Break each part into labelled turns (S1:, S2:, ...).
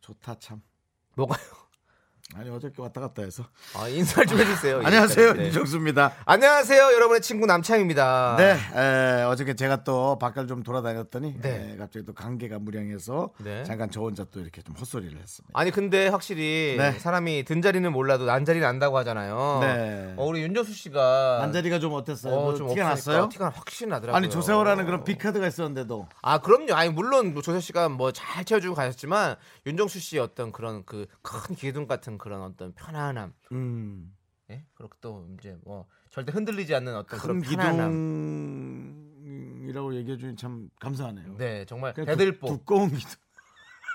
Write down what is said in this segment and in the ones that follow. S1: 좋다 참.
S2: 뭐가요?
S1: 아니 어저께 왔다 갔다 해서.
S2: 아, 인사를 좀 해주세요.
S1: 안녕하세요
S2: 네. 아.
S1: 윤정수입니다.
S2: 안녕하세요, 여러분의 친구 남창입니다.
S1: 네, 에, 어저께 제가 또 바깥을 좀 돌아다녔더니
S2: 네.
S1: 에, 갑자기 또 관계가 무량해서
S2: 네.
S1: 잠깐 저 혼자 또 이렇게 좀 헛소리를 했습니다.
S2: 아니 근데 확실히
S1: 네.
S2: 사람이 든 자리는 몰라도 난 자리는 안다고 하잖아요.
S1: 네.
S2: 어, 우리 윤정수 씨가
S1: 안자리가 좀 어땠어요?
S2: 아. 어,
S1: 뭐
S2: 좀
S1: 티가
S2: 없으니까
S1: 났어요?
S2: 티가 확실히 나더라고요.
S1: 아니 조세호라는 그런 빅카드가 있었는데도
S2: 아 그럼요. 아니 물론 조세 씨가 뭐 잘 채워주고 가셨지만 윤정수 씨의 어떤 그런 그 큰 기둥 같은 그런 어떤 편안함,
S1: 음,
S2: 예? 그리고 또 이제 뭐 절대 흔들리지 않는
S1: 큰
S2: 어떤 그런 편안함.
S1: 기둥이라고 얘기해 주니 참 감사하네요.
S2: 네 정말
S1: 그냥 두-
S2: 대들보
S1: 두꺼운 기둥.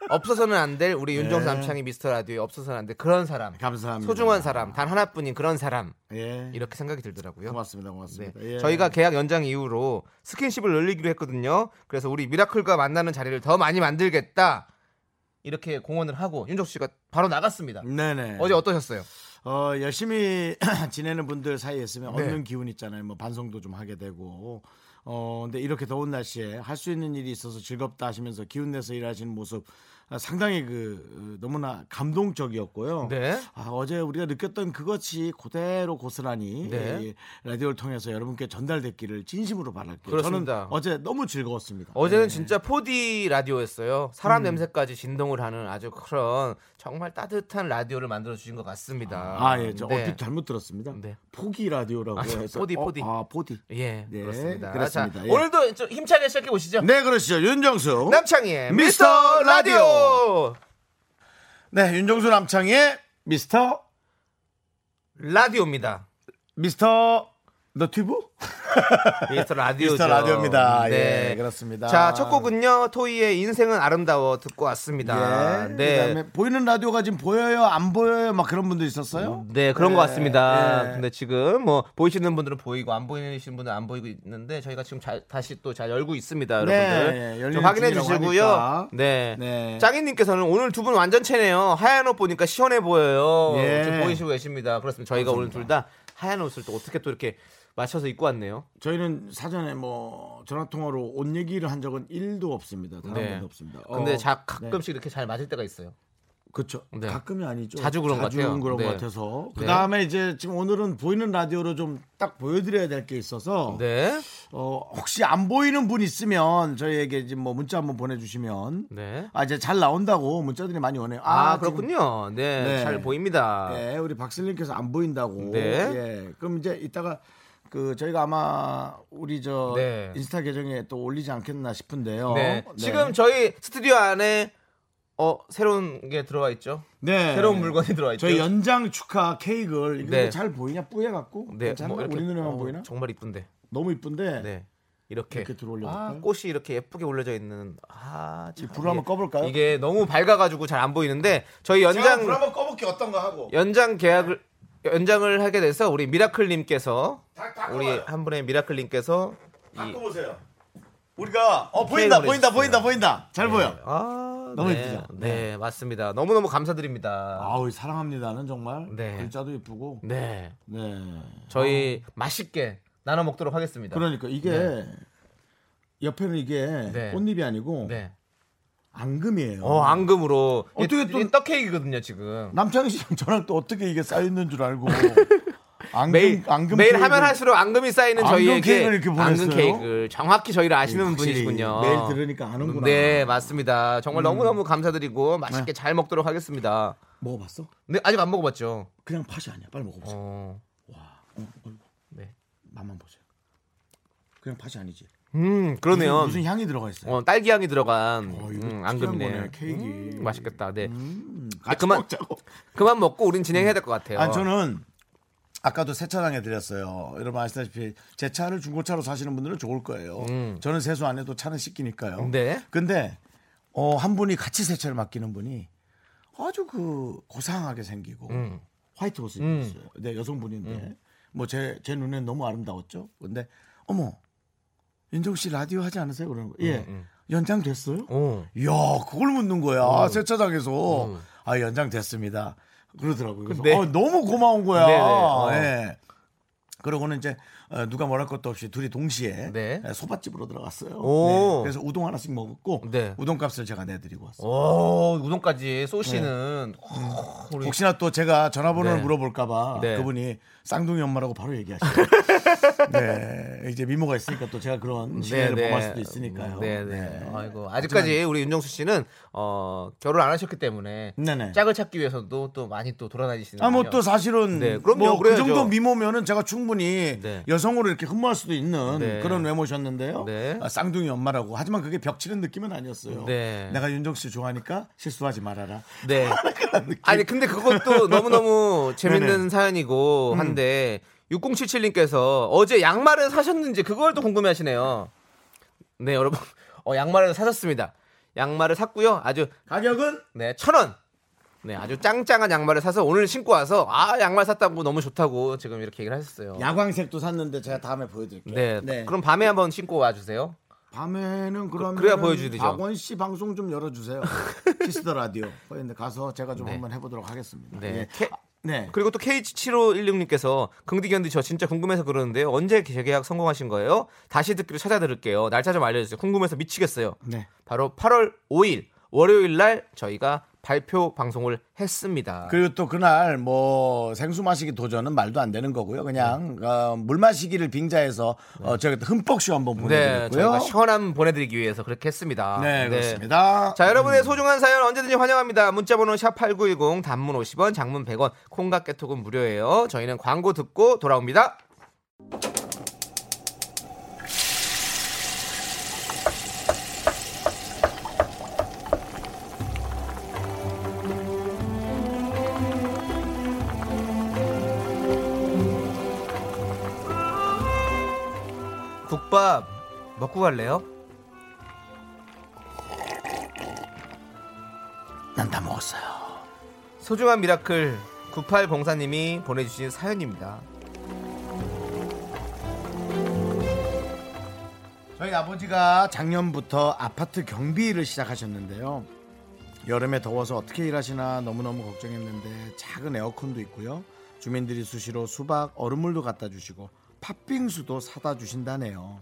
S2: 없어서는 안 될 우리 윤정수
S1: 네.
S2: 남창희 미스터 라디오에 없어서는 안 될 그런 사람
S1: 감사합니다.
S2: 소중한 사람 단 하나뿐인 그런 사람
S1: 예.
S2: 이렇게 생각이 들더라고요.
S1: 고맙습니다,
S2: 네.
S1: 고맙습니다. 예.
S2: 저희가 계약 연장 이후로 스킨십을 늘리기로 했거든요. 그래서 우리 미라클과 만나는 자리를 더 많이 만들겠다. 이렇게 공언을 하고 윤정 씨가 바로 나갔습니다.
S1: 음. 네네.
S2: 어제 어떠셨어요?
S1: 어, 열심히 지내는 분들 사이에 있으면
S2: 네.
S1: 얻는 기운 있잖아요. 뭐 반성도 좀 하게 되고. 어, 근데 이렇게 더운 날씨에 할 수 있는 일이 있어서 즐겁다 하시면서 기운 내서 일하시는 모습 아, 상당히 그 어, 너무나 감동적이었고요.
S2: 네.
S1: 아, 어제 우리가 느꼈던 그것이 그대로 고스란히
S2: 네.
S1: 이 라디오를 통해서 여러분께 전달됐기를 진심으로 바랄게요.
S2: 그렇습니다.
S1: 저는 어제 너무 즐거웠습니다.
S2: 어제는 진짜 4D 라디오였어요. 사람
S1: 음.
S2: 냄새까지 진동을 하는 아주 그런 정말 따뜻한 라디오를 만들어 주신 것 같습니다.
S1: 아, 예. 저
S2: 네.
S1: 얼핏 잘못 들었습니다.
S2: 네.
S1: 포기 라디오라고
S2: 아,
S1: 해서
S2: 포디, 포디.
S1: 어, 아, 포디.
S2: 예,
S1: 네,
S2: 그렇습니다.
S1: 그렇습니다.
S2: 자,
S1: 예.
S2: 오늘도 좀 힘차게 시작해 보시죠.
S1: 네, 그렇죠.
S2: 네,
S1: 윤정수.
S2: 남창희의
S1: 미스터
S2: 어? 미스터
S1: 라디오.
S2: 라디오.
S1: 네, 윤정수 남창의 미스터
S2: 라디오입니다.
S1: 미스터 너튜브
S2: 미스터 라디오죠. 음, 네.
S1: 미스터 라디오입니다. 예, 그렇습니다.
S2: 자, 첫 곡은요. 토이의 인생은 아름다워 듣고 왔습니다.
S1: 예,
S2: 네.
S1: 그다음에 보이는 라디오가 지금 보여요, 안 보여요, 막 그런 분도 있었어요.
S2: 네, 그런
S1: 예,
S2: 것 같습니다.
S1: 예.
S2: 근데 지금 뭐 보이시는 분들은 보이고 안 보이시는 분들은 안 보이고 있는데 저희가 지금 잘- 다시 또 잘 열고 있습니다,
S1: 네,
S2: 여러분들.
S1: 열리는
S2: 좀 확인해
S1: 중이라고 하니까.
S2: 주시고요. 네.
S1: 네.
S2: 짱이님께서는 오늘 두 분 완전 체네요. 하얀 옷 보니까 시원해 보여요.
S1: 예.
S2: 지금 보이시고 계십니다. 그렇습니다. 저희가 오늘 둘 다 하얀 옷을 또 어떻게 또 이렇게 맞춰서 입고 왔네요.
S1: 저희는 사전에 뭐 전화 통화로 옷 얘기를 한 적은 1도 없습니다. 단 한
S2: 네.
S1: 번도 없습니다.
S2: 근데
S1: 어,
S2: 자, 가끔씩 이렇게 잘 맞을 때가 있어요.
S1: 그렇죠.
S2: 네.
S1: 가끔이 아니죠.
S2: 자주 그런 것 같아요.
S1: 그런
S2: 네.
S1: 것 같아서.
S2: 네.
S1: 그 다음에 이제 지금 오늘은 보이는 라디오로 좀 딱 보여드려야 될 게 있어서.
S2: 네.
S1: 어, 혹시 안 보이는 분 있으면 저희에게 지금 뭐 문자 한번 보내주시면
S2: 네.
S1: 아 이제 잘 나온다고 문자들이 많이 오네요.
S2: 아,
S1: 지금,
S2: 그렇군요. 네,
S1: 네.
S2: 잘 보입니다.
S1: 예, 우리 박슬님께서 안 보인다고.
S2: 네.
S1: 예, 그럼 이제 이따가 그 저희가 아마 우리 저
S2: 네.
S1: 인스타 계정에 또 올리지 않겠나 싶은데요.
S2: 네.
S1: 네.
S2: 지금 저희 스튜디오 안에 어 새로운 게 들어와 있죠.
S1: 네.
S2: 새로운 물건이 들어와 있죠.
S1: 저희 연장 축하 케이크를 이거
S2: 네.
S1: 잘 보이냐 뿌얘 갖고
S2: 네,
S1: 괜찮나?
S2: 이렇게-
S1: 우리 눈에만
S2: 어,
S1: 보이나?
S2: 정말 이쁜데.
S1: 너무 이쁜데
S2: 네. 이렇게,
S1: 이렇게 들어올려
S2: 아,
S1: 볼까요?
S2: 꽃이 이렇게 예쁘게 올려져 있는 아, 참,
S1: 불을 한번
S2: 이게-
S1: 꺼볼까요?
S2: 이게 너무 밝아 가지고 잘 안 보이는데 저희 연장
S1: 꺼볼게 어떤 거 하고
S2: 연장 계약을 연장을 하게 돼서 우리 미라클 님께서 우리 한 분의 미라클 님께서 이
S1: 보세요. 우리가 어
S2: 보인다, 보인다, 보인다,
S1: 보인다
S2: 네.
S1: 잘 보여.
S2: 아,
S1: 너무
S2: 네.
S1: 예쁘죠?
S2: 네, 맞습니다. 너무너무 감사드립니다.
S1: 아우 사랑합니다는 정말
S2: 네.
S1: 글자도 예쁘고
S2: 네.
S1: 네
S2: 저희 맛있게 나눠 먹도록 하겠습니다.
S1: 그러니까 이게 옆에는 이게
S2: 네.
S1: 꽃잎이 아니고
S2: 네.
S1: 앙금이에요.
S2: 어, 앙금으로.
S1: 어떻게
S2: 이게-
S1: 또-
S2: 이게 떡케이크거든요, 지금.
S1: 남창희 씨랑 저랑 또 어떻게 이게 쌓여 있는 줄 알고 앙금
S2: 매일
S1: 앙금
S2: 매일
S1: 케이크를
S2: 하면 할수록 앙금이 쌓이는
S1: 앙금
S2: 저희에게
S1: 케이크를 이렇게 보냈어요?
S2: 앙금 케이크를 정확히 저희를 아시는
S1: 확실히
S2: 분이시군요.
S1: 매일 들으니까 아는구나. 음. 네.
S2: 네, 맞습니다. 정말 너무너무 감사드리고 맛있게 잘 먹도록 하겠습니다.
S1: 먹어봤어?
S2: 근데 아직 안 먹어봤죠.
S1: 그냥 팥이 아니야. 빨리 먹어보세요.
S2: 어. 네.
S1: 맛만 보세요. 그냥 팥이 아니지.
S2: 음, 그러네요.
S1: 무슨 향이 들어가 있어요?
S2: 어, 딸기 향이 들어간
S1: 어, 이거
S2: 음,
S1: 특이한
S2: 앙금이네.
S1: 거네, 케이크.
S2: 음, 맛있겠다. 네.
S1: 음,
S2: 아, 그만.
S1: 먹자고.
S2: 그만 먹고 우린 진행해야 될 것 같아요.
S1: 아 저는 아까도 세차장에 드렸어요. 여러분 아시다시피 제 차를 중고차로 사시는 분들은 좋을 거예요. 저는 세수 안 해도 차는 씻기니까요.
S2: 음. 네.
S1: 근데 어, 한 분이 같이 세차를 맡기는 분이 아주 그 고상하게 생기고
S2: 음.
S1: 화이트 옷을
S2: 음.
S1: 입었어요. 네, 여성분인데 뭐 제 제 눈엔 너무 아름다웠죠. 근데 어머 윤정 씨 라디오 하지 않으세요? 그러는 거.
S2: 음,
S1: 예, 연장 됐어요?
S2: 어.
S1: 이야, 그걸 묻는 거야 세차장에서.
S2: 음.
S1: 아 연장 됐습니다. 그러더라고요. 그래서
S2: 근데-
S1: 어, 너무 고마운 거야.
S2: 네네, 어.
S1: 예. 그러고는 이제 어, 누가 뭐랄 것도 없이 둘이 동시에
S2: 네.
S1: 예, 소밭집으로 들어갔어요.
S2: 오.
S1: 네, 그래서 우동 하나씩 먹었고
S2: 네.
S1: 우동 값을 제가 내드리고 왔어요.
S2: 오, 우동까지 소시는 어, 우리
S1: 혹시나 또 제가 전화번호를
S2: 네.
S1: 물어볼까봐
S2: 네.
S1: 그분이 쌍둥이 엄마라고 바로 얘기하시죠. 네, 이제 미모가 있으니까 또 제가 그런 시혜를 범할 수도 있으니까요.
S2: 네, 네. 아이고, 아직까지 우리 윤정수 씨는 어, 결혼 안 하셨기 때문에
S1: 네네.
S2: 짝을 찾기 위해서도 또 많이 또 네. 돌아다니시는
S1: 아, 뭐 또 사실은
S2: 네, 그럼요.
S1: 뭐 그
S2: 그래야죠.
S1: 정도 미모면은 제가 충분히
S2: 네.
S1: 여성으로 이렇게 흠모할 수도 있는
S2: 네.
S1: 그런 외모셨는데요.
S2: 네.
S1: 아, 쌍둥이 엄마라고. 하지만 그게 벽치는 느낌은 아니었어요.
S2: 네.
S1: 내가 윤정 씨 좋아하니까 실수하지 말아라.
S2: 네. 아니 근데 그것도 너무너무 재밌는
S1: 네네. 음.
S2: 사연이고 한데 6077님께서 어제 양말을 사셨는지 그걸 또 궁금해 하시네요. 네, 여러분. 어, 양말을 사셨습니다. 양말을 샀고요. 아주
S1: 가격은
S2: 네, 천 원. 네, 아주 짱짱한 양말을 사서 오늘 신고 와서 아, 양말 샀다고 너무 좋다고 지금 이렇게 얘기를 하셨어요.
S1: 야광색도 샀는데 제가 다음에 보여드릴게요.
S2: 네, 그럼 밤에 한번 신고 와주세요.
S1: 밤에는 그러면
S2: 그래야 보여주죠.
S1: 박원 씨 방송 좀 열어주세요. 키스더 라디오. 근데 가서 제가 좀
S2: 네.
S1: 한번 해보도록 하겠습니다.
S2: 네.
S1: 예.
S2: 캐-
S1: 아, 네.
S2: 그리고 또 K7516님께서 긍디견디 저 진짜 궁금해서 그러는데요. 언제 재계약 성공하신 거예요? 다시 듣기로 찾아들을게요. 날짜 좀 알려주세요. 궁금해서 미치겠어요.
S1: 네.
S2: 바로 8월 5일 월요일 날 저희가 발표 방송을 했습니다.
S1: 그리고 또 그날 뭐 생수 마시기 도전은 말도 안 되는 거고요. 그냥 어, 물 마시기를 빙자해서 어, 저희가 또 흠뻑 쇼 한번
S2: 네,
S1: 보내드렸고요.
S2: 저희가 시원함 보내드리기 위해서 그렇게 했습니다.
S1: 네, 그렇습니다. 음.
S2: 자, 여러분의 소중한 사연 언제든지 환영합니다. 문자번호 샵8910 단문 50원, 장문 100원, 콩과 깨톡은 무료예요. 저희는 광고 듣고 돌아옵니다. 국밥 먹고 갈래요?
S1: 난 다 먹었어요.
S2: 소중한 미라클 9804님이 보내주신 사연입니다.
S1: 저희 아버지가 작년부터 아파트 경비를 시작하셨는데요. 여름에 더워서 어떻게 일하시나 너무너무 걱정했는데 작은 에어컨도 있고요. 주민들이 수시로 수박, 얼음물도 갖다 주시고 팥빙수도 사다 주신다네요.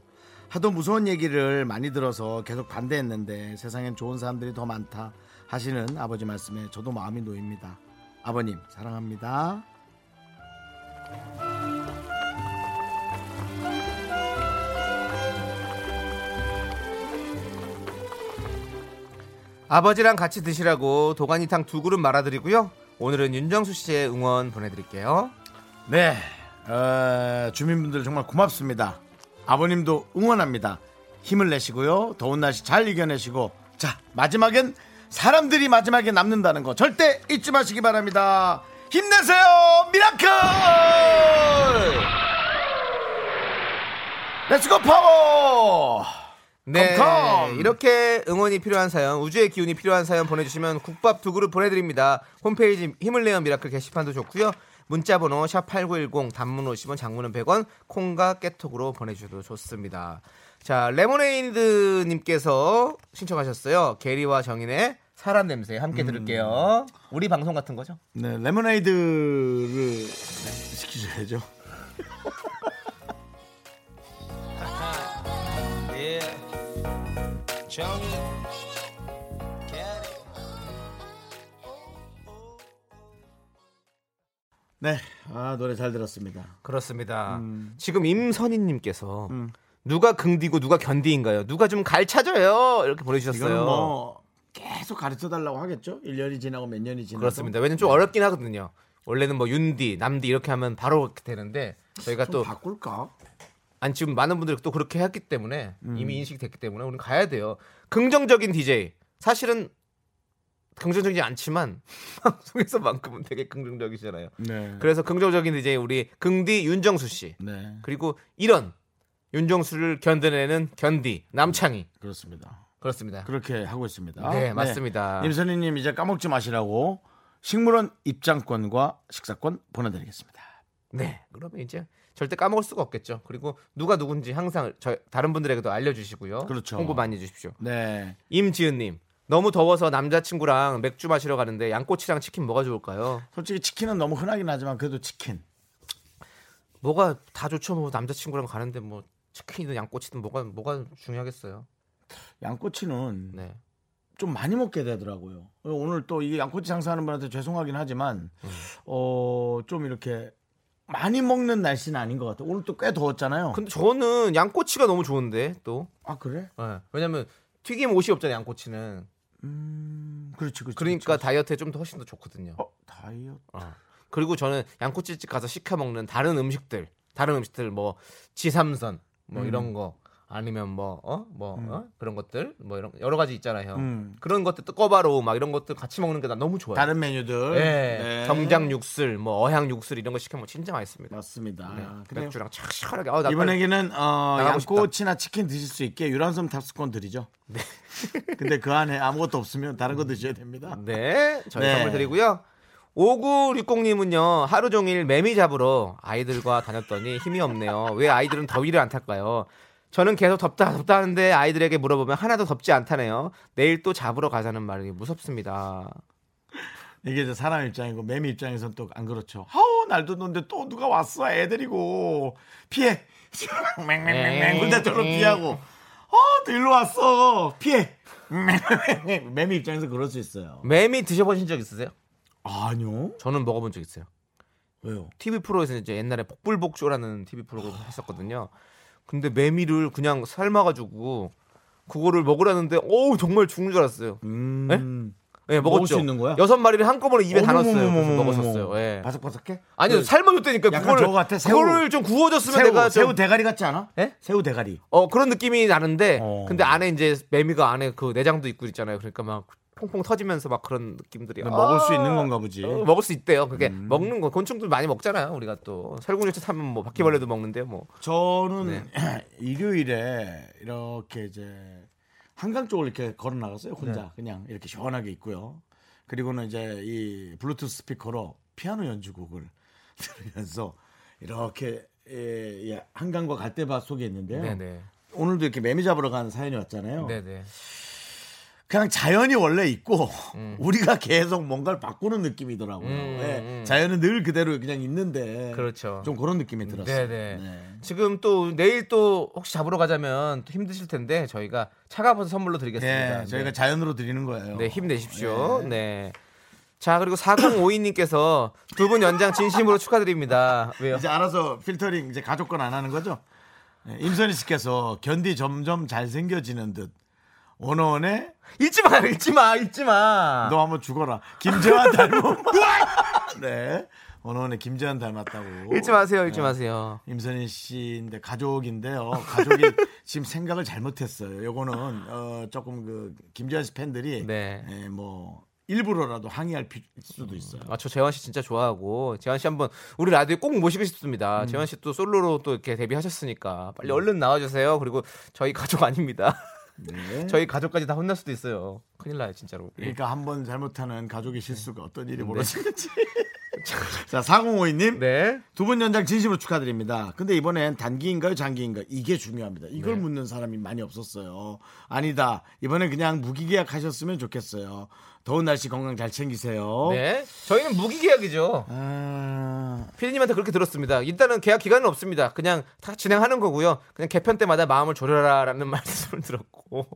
S1: 하도 무서운 얘기를 많이 들어서 계속 반대했는데 세상엔 좋은 사람들이 더 많다 하시는 아버지 말씀에 저도 마음이 놓입니다. 아버님 사랑합니다.
S2: 아버지랑 같이 드시라고 도가니탕 두 그릇 말아드리고요. 오늘은 윤정수 씨의 응원 보내드릴게요.
S1: 네, 어, 주민분들 정말 고맙습니다. 아버님도 응원합니다. 힘을 내시고요. 더운 날씨 잘 이겨내시고. 자, 마지막엔 사람들이 마지막에 남는다는 거 절대 잊지 마시기 바랍니다. 힘내세요, 미라클! 렛츠고 파워!
S2: 네,
S1: 컴컴!
S2: 이렇게 응원이 필요한 사연, 우주의 기운이 필요한 사연 보내주시면 국밥 두 그릇 보내드립니다. 홈페이지 힘을 내어 미라클 게시판도 좋고요. 문자번호 샵 #8910 단문 50원, 장문은 100원, 콩과 깨톡으로 보내주셔도 좋습니다. 자, 레모네이드님께서 신청하셨어요. 게리와 정인의 사람 냄새
S1: 음.
S2: 함께 들을게요. 우리 방송 같은 거죠?
S1: 네, 레모네이드를 시키셔야죠. 예. 네, 아, 노래 잘 들었습니다.
S2: 그렇습니다.
S1: 음.
S2: 지금 임선희님께서 누가 긍디고 누가 견디인가요? 누가 좀 갈차져요? 이렇게 보내주셨어요.
S1: 이거는 뭐 계속 가르쳐 달라고 하겠죠? 1년이 지나고 몇 년이 지나고
S2: 그렇습니다. 왜냐면 좀 어렵긴 하거든요. 원래는 뭐 윤디, 남디 이렇게 하면 바로 그렇게 되는데 저희가
S1: 또
S2: 또
S1: 바꿀까?
S2: 아니 지금 많은 분들이 또 그렇게 했기 때문에 이미 인식이 됐기 때문에 우리는 가야 돼요. 긍정적인 DJ. 사실은 긍정적이지 않지만 방송에서만큼은 되게 긍정적이잖아요.
S1: 네.
S2: 그래서 긍정적인 DJ 우리 긍디 윤정수 씨.
S1: 네.
S2: 그리고 이런 윤정수를 견뎌내는 견디 남창희
S1: 그렇습니다.
S2: 그렇습니다.
S1: 그렇게 하고 있습니다.
S2: 네, 맞습니다.
S1: 임선희님 이제 까먹지 마시라고 식물원 입장권과 식사권 보내드리겠습니다.
S2: 네. 그러면 이제 절대 까먹을 수가 없겠죠. 그리고 누가 누군지 항상 저 다른 분들에게도 알려주시고요.
S1: 그렇죠.
S2: 홍보 많이 해주십시오.
S1: 네,
S2: 임지은님 너무 더워서 남자친구랑 맥주 마시러 가는데 양꼬치랑 치킨 뭐가 좋을까요?
S1: 솔직히 치킨은 너무 흔하긴 하지만 그래도 치킨.
S2: 뭐가 다 좋죠. 뭐 남자친구랑 가는데 뭐 치킨이든 양꼬치든 뭐가 뭐가 중요하겠어요.
S1: 양꼬치는
S2: 네.
S1: 좀 많이 먹게 되더라고요. 오늘 또 이게 양꼬치 장사하는 분한테 죄송하긴 하지만
S2: 음.
S1: 어, 좀 이렇게 많이 먹는 날씨는 아닌 것 같아요. 오늘 또 꽤 더웠잖아요.
S2: 근데 저는 양꼬치가 너무 좋은데 또
S1: 아 그래?
S2: 예. 왜냐면 튀김 옷이 없잖아요. 양꼬치는
S1: 음, 그렇지, 그렇지.
S2: 그러니까 다이어트에 좀 더 훨씬 더 좋거든요.
S1: 그렇지. 어, 다이어트.
S2: 어. 그리고 저는 양꼬치집 가서 시켜 먹는 다른 음식들, 다른 음식들 뭐 지삼선
S1: 음.
S2: 뭐 이런 거 아니면 뭐어뭐 그런 것들 뭐 이런 여러 가지 있잖아요.
S1: 음.
S2: 그런 것들 또 꼬바로우 막 이런 것들 같이 먹는 게 난 너무 좋아요.
S1: 어, 다른 메뉴들.
S2: 예.
S1: 네.
S2: 정장 육슬, 뭐 어향 육슬 이런 거 시켜 먹으면 진짜 맛있습니다.
S1: 맞습니다.
S2: 네.
S1: 아, 그래요.
S2: 맥주랑 착 시원하게. 아, 나 빨리-
S1: 이번에는 어,
S2: 나가고 싶다.
S1: 양꼬치나 치킨 드실 수 있게 유람선 탑승권 드리죠. 근데 그 안에 아무것도 없으면 다른 거 드셔야 됩니다.
S2: 네, 저희
S1: 네.
S2: 선물 드리고요. 5960님은요 하루 종일 매미 잡으러 아이들과 다녔더니 힘이 없네요. 왜 아이들은 더위를 안 탈까요? 저는 계속 덥다 덥다 하는데 아이들에게 물어보면 하나도 덥지 않다네요. 내일 또 잡으러 가자는 말이 무섭습니다.
S1: 이게 이제 사람 입장이고 매미 입장에선 또 안 그렇죠. 아우 날도 더운데 또 누가 왔어 애들이고 피해. 맹맹맹맹 군대처럼
S2: 에이.
S1: 피하고 아, 어또 일로 왔어 피해. 맹맹맹. 매미 입장에서 그럴 수 있어요.
S2: 매미 드셔보신 적 있으세요?
S1: 아니요.
S2: 저는 먹어본 적 있어요.
S1: 왜요?
S2: TV 프로에서 이제 옛날에 복불복쇼라는 TV 프로그램 했었거든요. 근데 매미를 그냥 삶아가지고 그거를 먹으라는데 어우 정말 죽는 줄 알았어요.
S1: 음.
S2: 예, 먹었죠.
S1: 먹을 수 있는 거야?
S2: 여섯 마리를 한꺼번에 입에 다 넣었어요. 그래서
S1: 어머머머머머.
S2: 먹었었어요. 예.
S1: 바삭바삭해?
S2: 아니요,
S1: 그
S2: 삶아줬다니까.
S1: 약간
S2: 그걸
S1: 저거 같아, 새우.
S2: 그거를 좀 구워줬으면
S1: 새우,
S2: 내가 좀,
S1: 새우 대가리 같지 않아?
S2: 예?
S1: 새우 대가리.
S2: 어 그런 느낌이 나는데,
S1: 어.
S2: 근데 안에 이제 매미가 안에 그 내장도 있고 있잖아요. 그러니까 막 퐁퐁 터지면서 막 그런 느낌들이.
S1: 근데
S2: 아,
S1: 먹을 수 있는 건가 보지. 음.
S2: 어, 먹을 수 있대요. 그게 먹는 거 곤충들 많이 먹잖아요. 우리가 또 살구유채 사면 뭐 바퀴벌레도 먹는데요. 뭐
S1: 저는 일요일에 이렇게 이제 한강 쪽을 이렇게 걸어 나갔어요 혼자 그냥 이렇게 시원하게 있고요 그리고는 이제 이 블루투스 스피커로 피아노 연주곡을 들으면서 이렇게 예, 예, 한강과 갈대밭 속에 있는데요
S2: 네네.
S1: 오늘도 이렇게 매미 잡으러 간 사연이 왔잖아요
S2: 네네.
S1: 그냥 자연이 원래 있고
S2: 음.
S1: 우리가 계속 뭔가를 바꾸는 느낌이더라고요 예, 자연은 늘 그대로 그냥 있는데
S2: 음, 그렇죠.
S1: 좀 그런 느낌이 들었어요
S2: 네네.
S1: 네.
S2: 지금 또 내일 또 혹시 잡으러 가자면 또 힘드실 텐데 저희가 차가워서 선물로 드리겠습니다.
S1: 네, 저희가
S2: 네.
S1: 자연으로 드리는 거예요.
S2: 네, 힘내십시오. 네. 자, 그리고 4052님께서 두 분 연장 진심으로 축하드립니다. 왜요?
S1: 예. 이제 알아서 필터링 이제 가족 건 안 하는 거죠? 네, 임선희 씨께서 견디 점점 잘생겨지는 듯 원어원에
S2: 잊지 마, 잊지 마, 잊지 마.
S1: 너 한번 죽어라. 김재환 닮은 네, 원어원에 김재환 닮았다고.
S2: 잊지 마세요, 잊지 마세요.
S1: 임선희 씨인데 가족인데요. 가족이 지금 생각을 잘못했어요. 요거는 어, 조금 그 김재환 씨 팬들이
S2: 네.
S1: 예, 뭐 일부러라도 항의할 필- 수도 있어요.
S2: 아, 저 재환 씨 진짜 좋아하고 재환 씨 한번 우리 라디오에 꼭 모시고 싶습니다. 재환 씨 또 솔로로 또 이렇게 데뷔하셨으니까 빨리 얼른 나와주세요. 그리고 저희 가족 아닙니다.
S1: 네.
S2: 저희 가족까지 다 혼날 수도 있어요. 큰일 나요, 진짜로.
S1: 그러니까 한 번 잘못하는 가족의
S2: 네.
S1: 실수가 어떤 일이 벌어지는지. 자, 4052님.
S2: 네.
S1: 두 분 연장 진심으로 축하드립니다. 근데 이번엔 단기인가요, 장기인가요? 이게 중요합니다. 이걸
S2: 네.
S1: 묻는 사람이 많이 없었어요. 아니다. 이번에 그냥 무기계약 하셨으면 좋겠어요. 더운 날씨 건강 잘 챙기세요.
S2: 네. 저희는 무기계약이죠.
S1: 아,
S2: 피디님한테 그렇게 들었습니다. 일단은 계약 기간은 없습니다. 그냥 다 진행하는 거고요. 그냥 개편 때마다 마음을 졸여라라는 말씀을 들었고.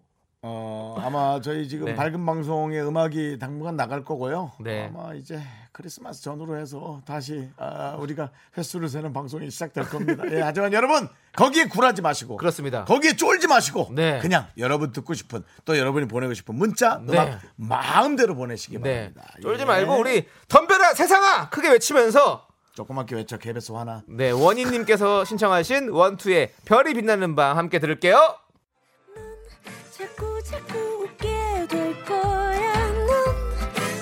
S1: 어, 아마 저희 지금
S2: 네.
S1: 밝은 방송의 음악이 당분간 나갈 거고요.
S2: 네.
S1: 아마 이제 크리스마스 전후로 해서 다시 아, 우리가 횟수를 세는 방송이 시작될 겁니다. 예, 하지만 여러분 거기에 굴하지 마시고
S2: 그렇습니다.
S1: 거기에 쫄지 마시고
S2: 네.
S1: 그냥 여러분 듣고 싶은 또 여러분이 보내고 싶은 문자
S2: 네.
S1: 음악 마음대로 보내시기
S2: 네.
S1: 바랍니다.
S2: 쫄지
S1: 예.
S2: 말고 우리 덤벼라 세상아 크게 외치면서
S1: 조그맣게 외쳐 개베스 하나.
S2: 네 원희님께서 신청하신 원투의 별이 빛나는 밤 함께 들을게요.
S3: 자꾸 자꾸 웃게 될 거야.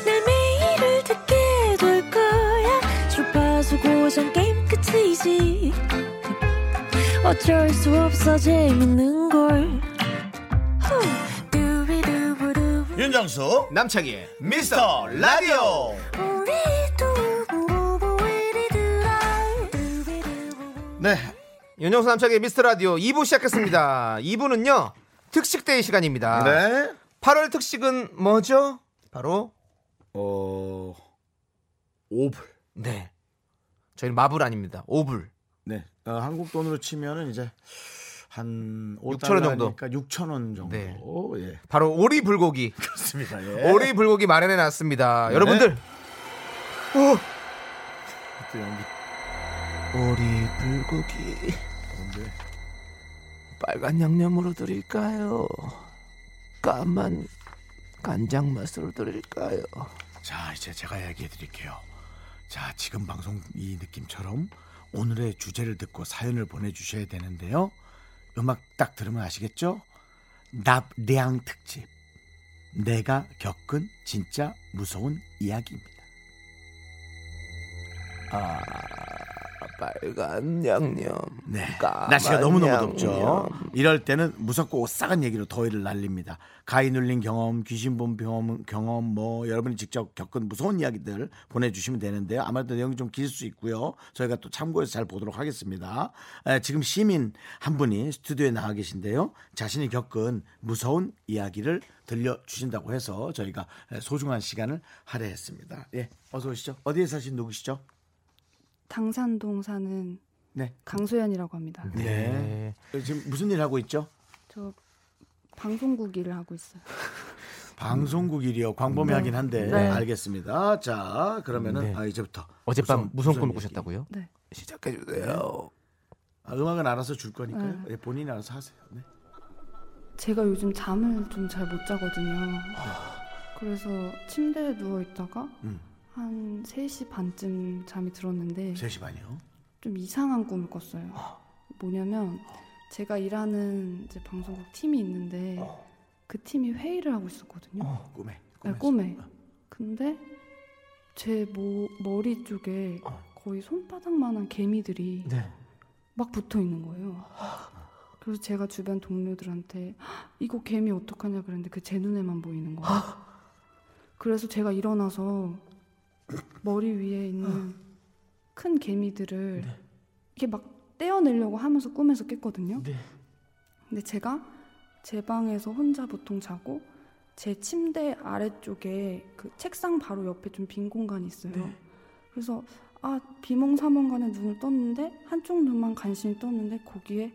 S3: 넌내 매일을 듣게 될 거야. 주파수 고정 게임 끝이지. 어쩔 수 없어 재밌는 걸. 후. 두,
S1: 윤정수
S2: 남창희의
S1: 미스터 라디오 네
S2: 윤정수 남창희의 미스터 라디오 2부 시작했습니다. 2부는요 특식데이 시간입니다.
S1: 네.
S2: 8월 특식은 뭐죠? 바로
S1: 어 오불
S2: 네 저희는 마블 아닙니다. 오불
S1: 네 어, 한국 돈으로 치면은 이제 한
S2: 6,000원 정도.
S1: 6천 원 정도
S2: 네.
S1: 예 어,
S2: 바로 오리 불고기
S1: 그렇습니다 예.
S2: 오리 불고기 마련해 놨습니다.
S1: 네.
S2: 여러분들
S1: 어! 또 연기
S2: 오리 불고기
S1: 뭔데
S2: 빨간 양념으로 드릴까요? 까만 간장 맛으로 드릴까요?
S1: 자 이제 제가 이야기해 드릴게요. 자 지금 방송 이 느낌처럼 오늘의 주제를 듣고 사연을 보내주셔야 되는데요. 음악 딱 들으면 아시겠죠? 납량 특집. 내가 겪은 진짜 무서운 이야기입니다.
S2: 빨간 양념.
S1: 네.
S2: 까만
S1: 날씨가 너무너무
S2: 양념.
S1: 덥죠. 이럴 때는 무섭고 오싹한 얘기로 더위를 날립니다. 가위 눌린 경험, 귀신 본 경험, 경험 뭐 여러분이 직접 겪은 무서운 이야기들 보내주시면 되는데요. 아무래도 내용이 좀 길 수 있고요. 저희가 또 참고해서 잘 보도록 하겠습니다. 에, 지금 시민 한 분이 스튜디오에 나와 계신데요. 자신이 겪은 무서운 이야기를 들려주신다고 해서 저희가 에, 소중한 시간을 할애했습니다. 예, 어서 오시죠. 어디에 사신 누구시죠?
S4: 당산동 사는
S1: 네.
S4: 강소연이라고 합니다.
S1: 네. 지금 무슨 일 하고 있죠?
S4: 저 방송국 일을 하고 있어요.
S1: 방송국
S2: 음.
S1: 일이요. 광범위 하긴 한데 알겠습니다. 자 그러면은
S2: 네.
S1: 아, 이제부터
S2: 어젯밤 무서운 꿈을
S1: 얘기.
S2: 꾸셨다고요?
S4: 네.
S2: 시작해 주세요.
S1: 아, 음악은 알아서 줄 거니까요. 예, 본인이 알아서 하세요. 네.
S4: 제가 요즘 잠을 좀 잘 못 자거든요. 그래서 침대에 누워 있다가
S1: 음.
S4: 한 3시 반쯤 잠이 들었는데
S1: 3시 반이요.
S4: 좀 이상한 꿈을 꿨어요. 뭐냐면 제가 일하는 이제 방송국 팀이 있는데 그 팀이 회의를 하고 있었거든요.
S1: 꿈에.
S4: 네, 꿈에. 근데 제 모 머리 쪽에 거의 손바닥만한 개미들이
S2: 네.
S4: 막 붙어 있는 거예요. 그래서 제가 주변 동료들한테 "헉, 이거 개미 어떡하냐 그랬는데 그 제 눈에만 보이는 거예요. 그래서 제가 일어나서 머리 위에 있는 큰 개미들을 이렇게 막 떼어내려고 하면서 꿈에서 깼거든요. 근데 제가 제 방에서 혼자 보통 자고 제 침대 아래쪽에 그 책상 바로 옆에 좀 빈 공간이 있어요. 그래서 아 비몽사몽간에 눈을 떴는데 한쪽 눈만 간신히 떴는데 거기에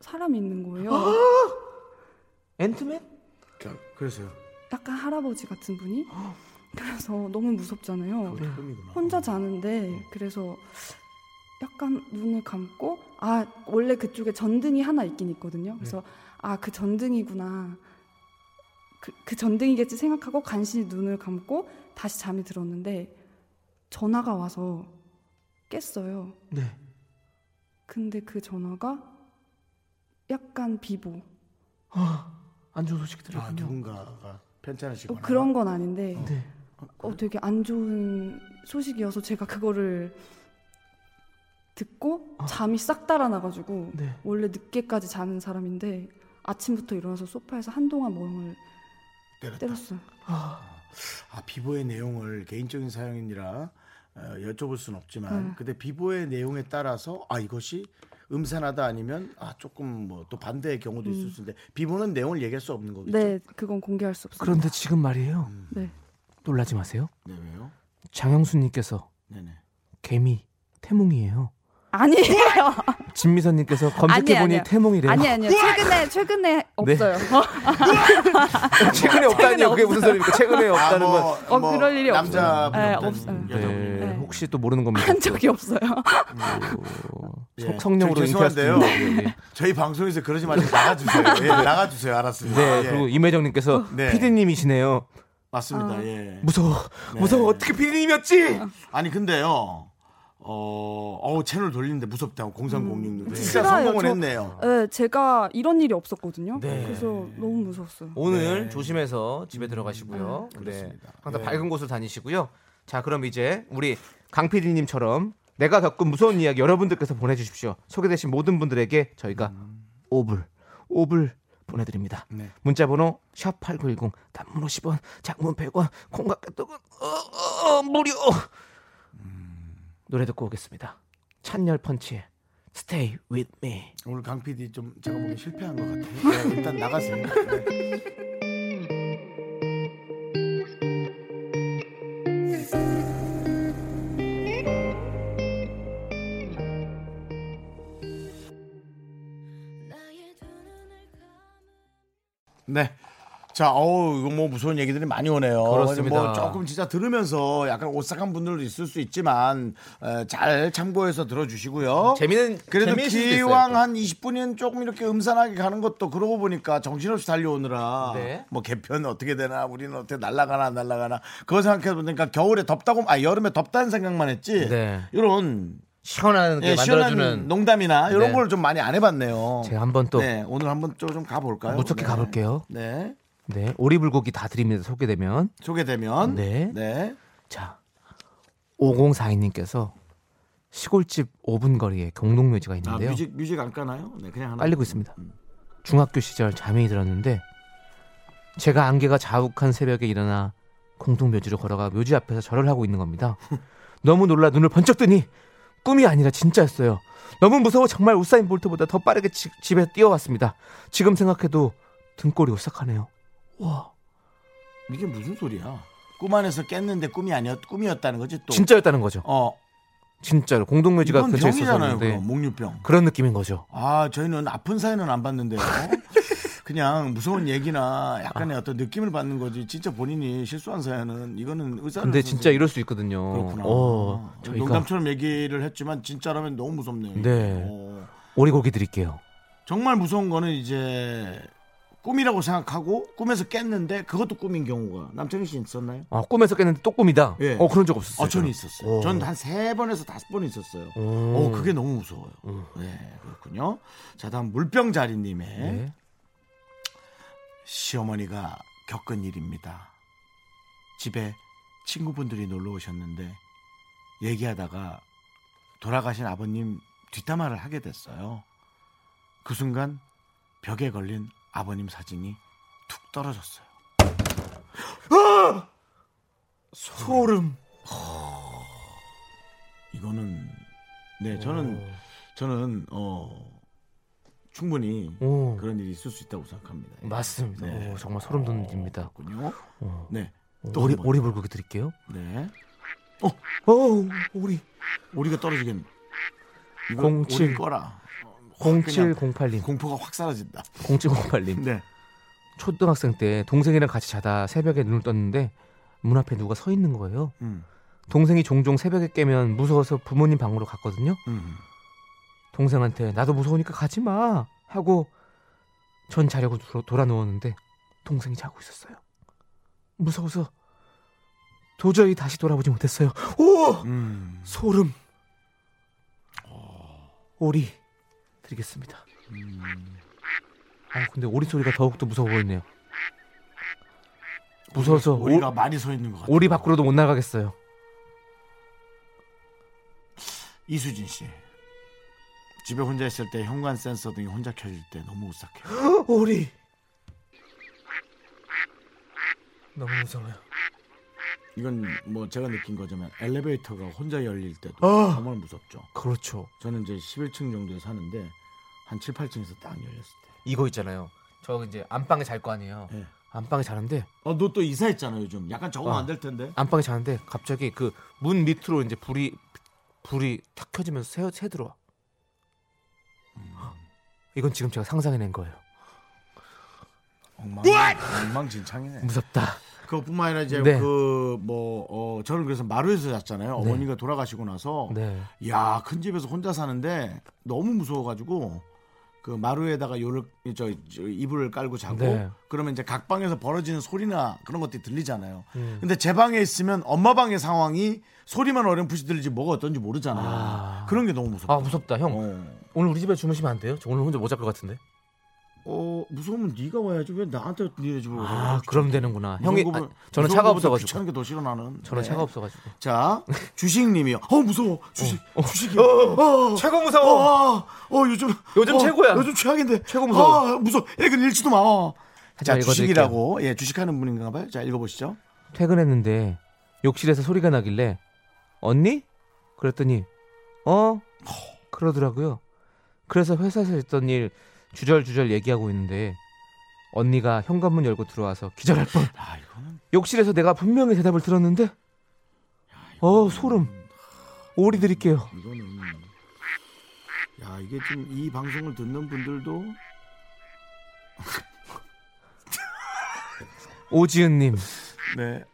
S4: 사람이 있는 거예요.
S2: 앤트맨?
S1: 자,
S4: 네.
S1: 그래서요.
S4: 약간 할아버지 같은 분이. 그래서 너무 무섭잖아요.
S1: 그것도 꿈이구나.
S4: 네. 혼자 자는데 그래서 약간 눈을 감고 아 원래 그쪽에 전등이 하나 있긴 있거든요. 그래서 아 그 전등이구나. 그, 그 전등이겠지 생각하고 간신히 눈을 감고 다시 잠이 들었는데 전화가 와서 깼어요.
S2: 네.
S4: 근데 그 전화가 약간 비보.
S2: 안 좋은 소식
S1: 아 누군가가 편찮으시고.
S4: 어, 그런 건 아닌데
S2: 네.
S4: 어, 되게 안 좋은 소식이어서 제가 그거를 듣고
S5: 아.
S4: 잠이 싹 달아나가지고
S2: 네.
S4: 원래 늦게까지 자는 사람인데 아침부터 일어나서 소파에서 한동안 멍을 때렸어요.
S5: 아,
S1: 아 비보의 내용을 개인적인 사연이라 어, 여쭤볼 순 없지만
S4: 네.
S1: 근데 비보의 내용에 따라서 아 이것이 음산하다 아니면 아 조금 뭐 또 반대의 경우도 있을 수 있는데 비보는 내용을 얘기할 수 없는 거겠죠.
S4: 음. 네, 그건 공개할 수 없어요.
S5: 뭐 그런데 지금 말이에요.
S4: 네,
S5: 놀라지 마세요.
S1: 네 왜요?
S5: 장영수님께서
S1: 네네.
S5: 개미 태몽이에요.
S6: 아니에요.
S5: 진미선님께서 검색해
S6: 아니에요,
S5: 보니
S6: 아니에요.
S5: 태몽이래요. 네.
S6: 아니 아니요. 최근에 최근에 없어요.
S2: 최근에 없다니요. 그게 무슨 소리입니까? 최근에 없다는 건.
S5: 아, 뭐,
S6: 어, 그럴 일이
S1: 남자
S6: 네,
S1: 분없다는
S6: 없어요.
S1: 여자분.
S5: 네,
S6: 네.
S5: 혹시 또 모르는 겁니다.
S6: 한 적이 없어요.
S5: 어,
S1: 예.
S5: 속- 성령으로
S1: 저
S5: 인태할 수 있는
S1: 죄송한데요.
S5: 거고요. 예.
S1: 저희 방송에서 그러지 마시고 나가주세요. 예, 나가주세요. 알았습니다.
S5: 네,
S1: 예,
S5: 그리고 아. 임혜정님께서
S1: 네.
S5: 피디님이시네요.
S1: 맞습니다. 예.
S5: 무서워, 무서워. 어떻게 피디님이었지?
S1: 아니 근데요. 어, 어 채널 돌리는데 무섭다고 0306님
S5: 음,
S1: 진짜
S4: 싫어요.
S1: 성공을
S4: 저-
S1: 했네요.
S4: 네, 제가 이런 일이 없었거든요.
S5: 네.
S4: 그래서 너무 무서웠어요.
S2: 오늘
S1: 네.
S2: 조심해서 집에 들어가시고요.
S1: 음,
S2: 네. 항상 밝은 곳을 다니시고요. 자, 그럼 이제 우리 강 PD님처럼 내가 겪은 무서운 이야기 여러분들께서 보내주십시오. 소개되신 모든 분들에게 저희가 오불, 오불 보내드립니다.
S1: 음. 네.
S2: 문자번호 샵 #8910 단문 50원, 장문 100원, 콩과 깨톡은 어, 어, 무료.
S1: 음.
S2: 노래 듣고 오겠습니다. 찬열 펀치의 Stay with me.
S1: 오늘 강 PD 좀 제가 보기 실패한 것 같아요. 네, 일단 나가세요. 네. 네. 자, 어우, 이거 뭐 무서운 얘기들이 많이 오네요.
S7: 그렇습니다.
S1: 뭐 조금 진짜 들으면서 약간 오싹한 분들도 있을 수 있지만 에, 잘 참고해서 들어주시고요.
S7: 재미는
S1: 그래도
S7: 재미일 수도 있어요,
S1: 기왕
S7: 또.
S1: 한 20분은 조금 이렇게 음산하게 가는 것도 그러고 보니까 정신없이 달려오느라
S7: 네.
S1: 뭐 개편 어떻게 되나 우리는 어떻게 날라가나 안 날라가나 그거 생각해 보니까 겨울에 덥다고 아 여름에 덥다는 생각만 했지
S7: 네.
S1: 이런
S7: 시원하게
S1: 예, 시원한
S7: 만들어주는
S1: 농담이나 이런
S7: 네.
S1: 걸 좀 많이 안 해봤네요.
S2: 제가 한번 또
S1: 네, 오늘 한번 좀- 좀 가볼까요?
S2: 무척히
S1: 네.
S2: 가볼게요.
S1: 네,
S2: 네, 오리불고기 다 드립니다. 소개되면
S1: 소개되면
S2: 네.
S1: 네.
S2: 자, 5042님께서 시골집 5분 거리에 공동묘지가
S1: 아,
S2: 있는데요.
S1: 뮤직 뮤직 안 까나요? 네, 그냥 하나.
S2: 깔리고 있습니다. 중학교 시절 잠이 들었는데 제가 안개가 자욱한 새벽에 일어나 공동묘지로 걸어가 묘지 앞에서 절을 하고 있는 겁니다. 너무 놀라 눈을 번쩍 뜨니 꿈이 아니라 진짜였어요. 너무 무서워 정말 우사인 볼트보다 더 빠르게 지- 집에 뛰어왔습니다. 지금 생각해도 등골이 오싹하네요. 와
S1: 이게 무슨 소리야? 꿈 안에서 깼는데 꿈이 아니었 꿈이었다는 거지 또.
S2: 진짜였다는 거죠.
S1: 어,
S2: 진짜로 공동묘지가
S1: 이건
S2: 근처에
S1: 병이잖아요.
S2: 있었는데
S1: 그럼, 목류병.
S2: 그런 느낌인 거죠.
S1: 아, 저희는 아픈 사연은 안 봤는데요. 그냥 무서운 얘기나 약간의
S2: 아.
S1: 어떤 느낌을 받는 거지. 진짜 본인이 실수한 사연은 이거는 의사.
S2: 근데 진짜 이럴 수 있거든요.
S1: 네, 그렇구나.
S2: 어,
S1: 아,
S2: 저희가
S1: 농담처럼 얘기를 했지만 진짜라면 너무 무섭네요.
S2: 네.
S1: 어,
S2: 오리고기 드릴게요.
S1: 정말 무서운 거는 이제 꿈이라고 생각하고 꿈에서 깼는데 그것도 꿈인 경우가 남창희 씨 있었나요?
S2: 아 꿈에서 깼는데 또 꿈이다.
S1: 예.
S2: 어 그런 적 없었어요.
S1: 어, 저는
S2: 저는.
S1: 있었어요.
S2: 어.
S1: 전 한 세 번에서 다섯 번 있었어요.
S2: 오.
S1: 어, 그게 너무 무서워요. 네, 그렇군요. 자, 다음 물병자리님의
S2: 네.
S1: 시어머니가 겪은 일입니다. 집에 친구분들이 놀러 오셨는데 얘기하다가 돌아가신 아버님 뒷담화를 하게 됐어요. 그 순간 벽에 걸린 아버님 사진이 툭 떨어졌어요. 아! 소름. 이거는 네 저는
S2: 어.
S1: 저는 어 충분히
S2: 오.
S1: 그런 일이 있을 수 있다고 생각합니다. 예.
S2: 어. 맞습니다.
S1: 네.
S2: 오, 정말 소름 돋는 일입니다.
S1: 군요.
S2: 어.
S1: 네. 또
S2: 오리
S1: 한 번.
S2: 오리 불고기 드릴게요.
S1: 네.
S2: 어 오리
S1: 오리가 떨어지겠네. 이거
S2: 공칠.
S1: 오리 꺼라.
S2: 0708님
S1: 공포가 확 사라진다.
S2: 0708님
S1: 네.
S2: 초등학생 때 동생이랑 같이 자다 새벽에 눈을 떴는데 문 앞에 누가 서 있는 거예요.
S1: 음.
S2: 동생이 종종 새벽에 깨면 무서워서 부모님 방으로 갔거든요.
S1: 음.
S2: 동생한테 나도 무서우니까 가지 마 하고 전 자려고 돌아, 돌아 누웠는데 동생이 자고 있었어요. 무서워서 도저히 다시 돌아보지 못했어요. 오
S1: 음.
S2: 소름. 오리 드리겠습니다. 음. 아 근데 오리 소리가 더욱더 무서워 보이네요. 무서워서 오-
S1: 오리가 많이 서 있는 것 같아요.
S2: 오리 밖으로도 못 나가겠어요.
S1: 이수진 씨. 집에 혼자 있을 때 현관 센서 등이 혼자 켜질 때 너무 오싹해요.
S2: 어, 오리 너무 무서워요.
S1: 이건 뭐 제가 느낀 거지만 엘리베이터가 혼자 열릴 때도
S2: 아.
S1: 정말 무섭죠.
S2: 그렇죠.
S1: 저는 이제 11층 정도에 사는데 한 7, 8층에서 딱 열렸을 때.
S2: 이거 있잖아요. 저 이제 안방에 잘 거 아니에요.
S1: 예.
S2: 안방에 자는데
S1: 어, 너 또 이사했잖아 요즘. 약간 적응
S2: 아.
S1: 안될 텐데.
S2: 안방에 자는데 갑자기 그 문 밑으로 이제 불이 불이 탁 켜지면서 새, 새 들어와. 음. 이건 지금 제가 상상해낸 거예요.
S1: 엉망, 엉망진창이네.
S2: 무섭다.
S1: 그것뿐만 아니라 이제
S2: 네.
S1: 그뭐 어, 저는 그래서 마루에서 잤잖아요. 어머니가 돌아가시고 나서
S2: 네.
S1: 야, 큰 집에서 혼자 사는데 너무 무서워 가지고 그 마루에다가 요를 저, 저 이불을 깔고 자고
S2: 네.
S1: 그러면 이제 각 방에서 벌어지는 소리나 그런 것들이 들리잖아요.
S2: 음.
S1: 근데 제 방에 있으면 엄마 방의 상황이 소리만 어렴풋이 들리지 뭐가 어떤지 모르잖아요. 그런 게 너무 무섭다.
S2: 아 무섭다 형.
S1: 어.
S2: 오늘 우리 집에 주무시면 안 돼요? 저 오늘 혼자 못 잡을 것 같은데.
S1: 어 무서우면 네가 와야지 왜 나한테 니네 집으로
S2: 아,
S1: 오라고
S2: 그럼
S1: 그러지?
S2: 되는구나.
S1: 무서운
S2: 형이
S1: 거
S2: 아,
S1: 보면-
S2: 저는
S1: 무서운
S2: 차가
S1: 거보다
S2: 없어가지고.
S1: 귀찮은 게 더 싫어 나는
S2: 저는
S1: 네.
S2: 차가 없어가지고.
S1: 자 주식님이요 어 무서워 주식 주식이 어,
S8: 최고
S1: 어,
S8: 무서워.
S1: 어, 어, 요즘
S2: 요즘
S1: 어,
S2: 최고야.
S1: 요즘 최악인데
S2: 최고 무서워.
S1: 아, 무서워 읽은 읽지도 마 어. 자
S2: 읽어드릴게요.
S1: 주식이라고 예 주식하는 분인가 봐요 자 읽어보시죠
S2: 퇴근했는데 욕실에서 소리가 나길래 언니? 그랬더니 어? 그러더라고요. 그래서 회사에서 있던 일 주절주절 얘기하고 있는데 언니가 현관문 열고 들어와서 기절할 뻔.
S1: 아 이거는
S2: 욕실에서 내가 분명히 대답을 들었는데 어 소름. 오리 드릴게요.
S1: 이거는 야 이게 지금 이 방송을 듣는 분들도
S2: 오지은님
S1: 네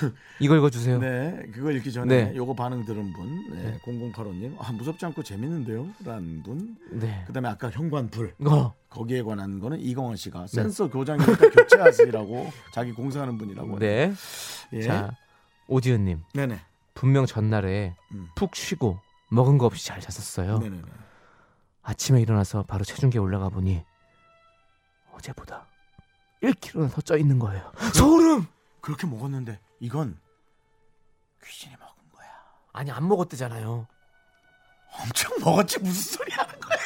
S2: 이거 읽어주세요.
S1: 네, 그거 읽기 전에
S2: 네.
S1: 요거 반응 들은 분, 네, 0085님, 아 무섭지 않고 재밌는데요, 라는 분.
S2: 네.
S1: 그다음에 아까 현관불
S2: 어.
S1: 거기에 관한 거는 이광원 씨가
S2: 네.
S1: 센서 교장이니까 교체하시라고 자기 공사하는 분이라고.
S2: 네.
S1: 예.
S2: 자 오지은님
S1: 네네.
S2: 분명 전날에
S1: 음.
S2: 푹 쉬고 먹은 거 없이 잘 잤었어요.
S1: 네네네.
S2: 아침에 일어나서 바로 체중계 올라가 보니 어제보다 1kg나 더 쪄 있는 거예요. 소름!
S1: 그렇게 먹었는데 이건 귀신이 먹은 거야.
S2: 아니 안 먹었대잖아요.
S1: 엄청 먹었지 무슨 소리 하는 거야.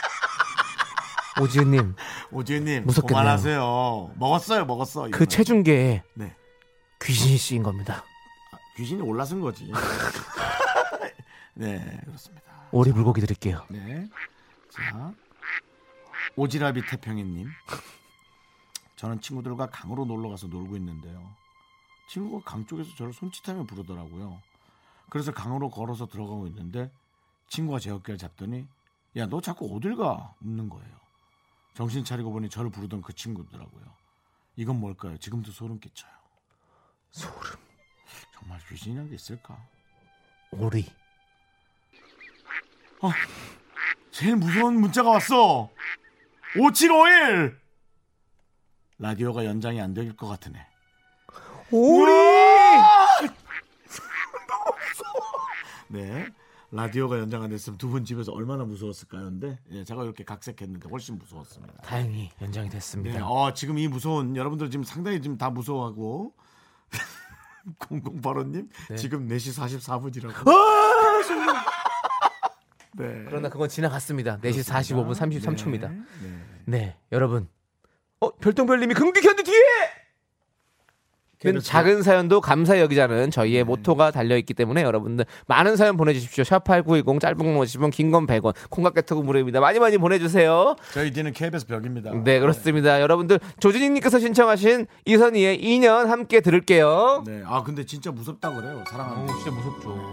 S2: 오지은님
S1: 오지혜님,
S2: 무섭겠네요.
S1: 그만하세요. 먹었어요, 먹었어.
S2: 그
S1: 이거는.
S2: 체중계에
S1: 네.
S2: 귀신이 씌인 겁니다.
S1: 귀신이 올라선 거지. 네, 그렇습니다.
S2: 오리 물고기 드릴게요.
S1: 네. 자. 오지라비 태평이님. 저는 친구들과 강으로 놀러 가서 놀고 있는데요. 친구가 강 쪽에서 저를 손짓하며 부르더라고요. 그래서 강으로 걸어서 들어가고 있는데 친구가 제 어깨를 잡더니 야 너 자꾸 어딜 가 묻는 거예요. 정신 차리고 보니 저를 부르던 그 친구더라고요. 이건 뭘까요? 지금도 소름 끼쳐요.
S2: 소름.
S1: 정말 귀신이란 게 있을까?
S2: 오리.
S1: 제일 무서운 문자가 왔어. 5751! 라디오가 연장이 안 될 것 같으네.
S2: 오리!
S1: 네. 라디오가 연장 안 됐으면 두 분 집에서 얼마나 무서웠을까요? 근데 예, 제가 이렇게 각색했는데 훨씬 무서웠습니다.
S2: 다행히 연장이 됐습니다.
S1: 네. 어, 지금 이 무서운 여러분들 지금 상당히 지금 다 무서워하고 0085님
S2: 네.
S1: 지금 4시 44분이라고.
S2: 어?
S1: 네.
S2: 그러나 그건 지나갔습니다. 4시 45분 33초입니다. 네,
S1: 네.
S2: 여러분. 어, 별똥별님이 금비 견디 뒤에! 그 작은 사연도 감사 여기자는 저희의 모토가 달려있기 때문에 여러분들 많은 사연 보내주십시오. 샵8910 짧은 건 50원, 긴건 100원, 콩깍개톡은 무료입니다. 많이 많이 보내주세요.
S1: 저희 뒤는 KBS 벽입니다.
S2: 네, 그렇습니다. 여러분들 조진희님께서 신청하신 이선희의 2년 함께 들을게요.
S1: 네. 아, 근데 진짜 무섭다 그래요. 사랑하는. 게.
S2: 어, 무섭죠.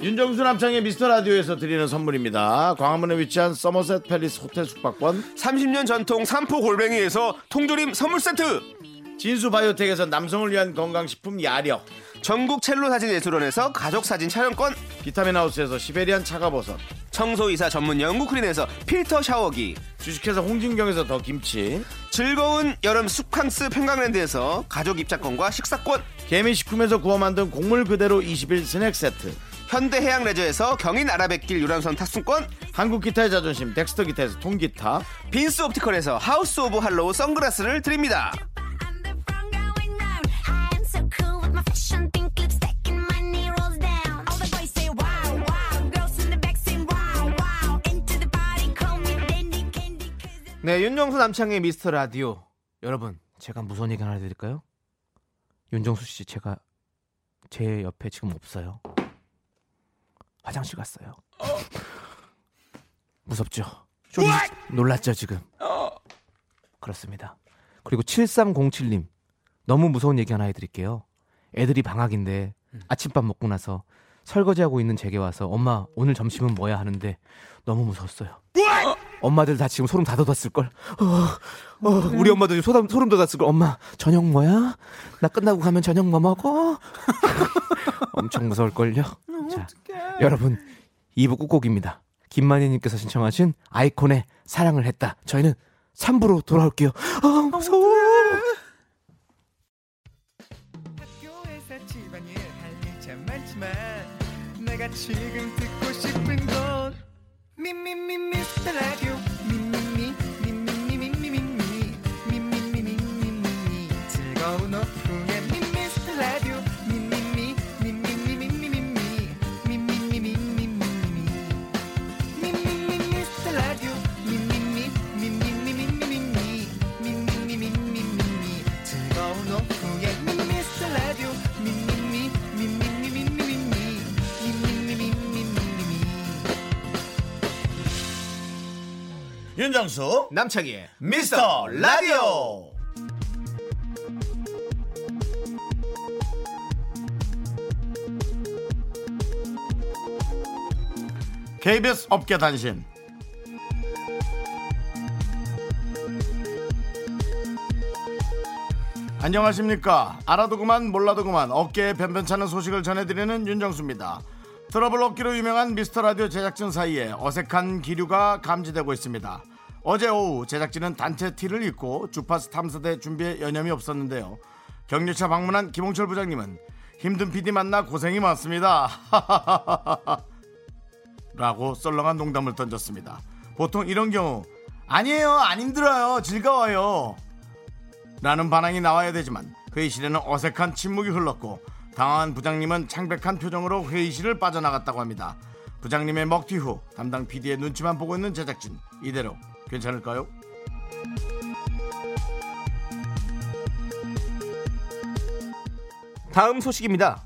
S1: 윤정수 남창의 미스터 라디오에서 드리는 선물입니다. 광화문에 위치한 서머셋 팰리스 호텔 숙박권,
S9: 30년 전통 삼포 골뱅이에서 통조림 선물 세트.
S1: 진수 바이오텍에서 남성을 위한 건강식품 야력,
S9: 전국 첼로 사진 예술원에서 가족 사진 촬영권.
S1: 비타민 하우스에서 시베리안 차가버섯,
S9: 청소이사 전문 영국 크린에서 필터 샤워기.
S1: 주식회사 홍진경에서 더 김치,
S9: 즐거운 여름 숙캉스 평강랜드에서 가족 입장권과 식사권.
S1: 개미식품에서 구워 만든 곡물 그대로 21 스낵 세트,
S9: 현대해양 레저에서 경인 아라뱃길 유람선 탑승권.
S1: 한국 기타의 자존심 덱스터 기타에서 통기타,
S9: 빈스 옵티컬에서 하우스 오브 할로우 선글라스를 드립니다.
S2: 네, 윤정수 남창의 미스터 라디오. 여러분, 제가 무서운 얘기 하나 드릴까요? 윤정수 씨, 제가 제 옆에 지금 없어요. 화장실 갔어요. 무섭죠? 좀 놀랐죠, 지금? 그렇습니다. 그리고 7307님, 너무 무서운 얘기 하나 해드릴게요. 애들이 방학인데 아침밥 먹고 나서 설거지하고 있는 제게 와서 엄마 오늘 점심은 뭐야 하는데 너무 무서웠어요. 엄마들 다 지금 소름 다 돋았을 걸. 어, 어, 우리 엄마도 지금 소름, 소름 돋았을 걸. 엄마 저녁 뭐야? 나 끝나고 가면 저녁 뭐 먹어? 엄청 무서울 걸요. 자, 여러분 2부 꾹곡입니다.
S10: 김만희님께서 신청하신 아이콘의 사랑을 했다. 저희는 3부로 돌아올게요. 아, 무서워.
S11: 학교에서 집안일 할 일 참 많지만 내가 지금 듣고 싶은 건 미미미 미스터 라디오 미미미 미미미 미미미 미미미 미미미 즐거운 오후에 미스터 라디오 미미미 미미미 미미미 미미미 미미미 미미미
S5: 윤정수
S2: 남창희의
S5: 미스터 라디오 KBS 업계 단신 안녕하십니까 알아도 그만 몰라도 그만 어깨에 변변찮은 소식을 전해드리는 윤정수입니다 트러블 어깨로 유명한 미스터라디오 제작진 사이에 어색한 기류가 감지되고 있습니다 어제 오후 제작진은 단체 티를 입고 주파수 탐사대 준비에 여념이 없었는데요 격려차 방문한 김홍철 부장님은 힘든 PD 만나 고생이 많습니다 라고 썰렁한 농담을 던졌습니다 보통 이런 경우 아니에요 안 힘들어요 즐거워요 라는 반항이 나와야 되지만 회의실에는 어색한 침묵이 흘렀고 당황한 부장님은 창백한 표정으로 회의실을 빠져나갔다고 합니다. 부장님의 먹튀 후 담당 PD의 눈치만 보고 있는 제작진 이대로 괜찮을까요?
S2: 다음 소식입니다.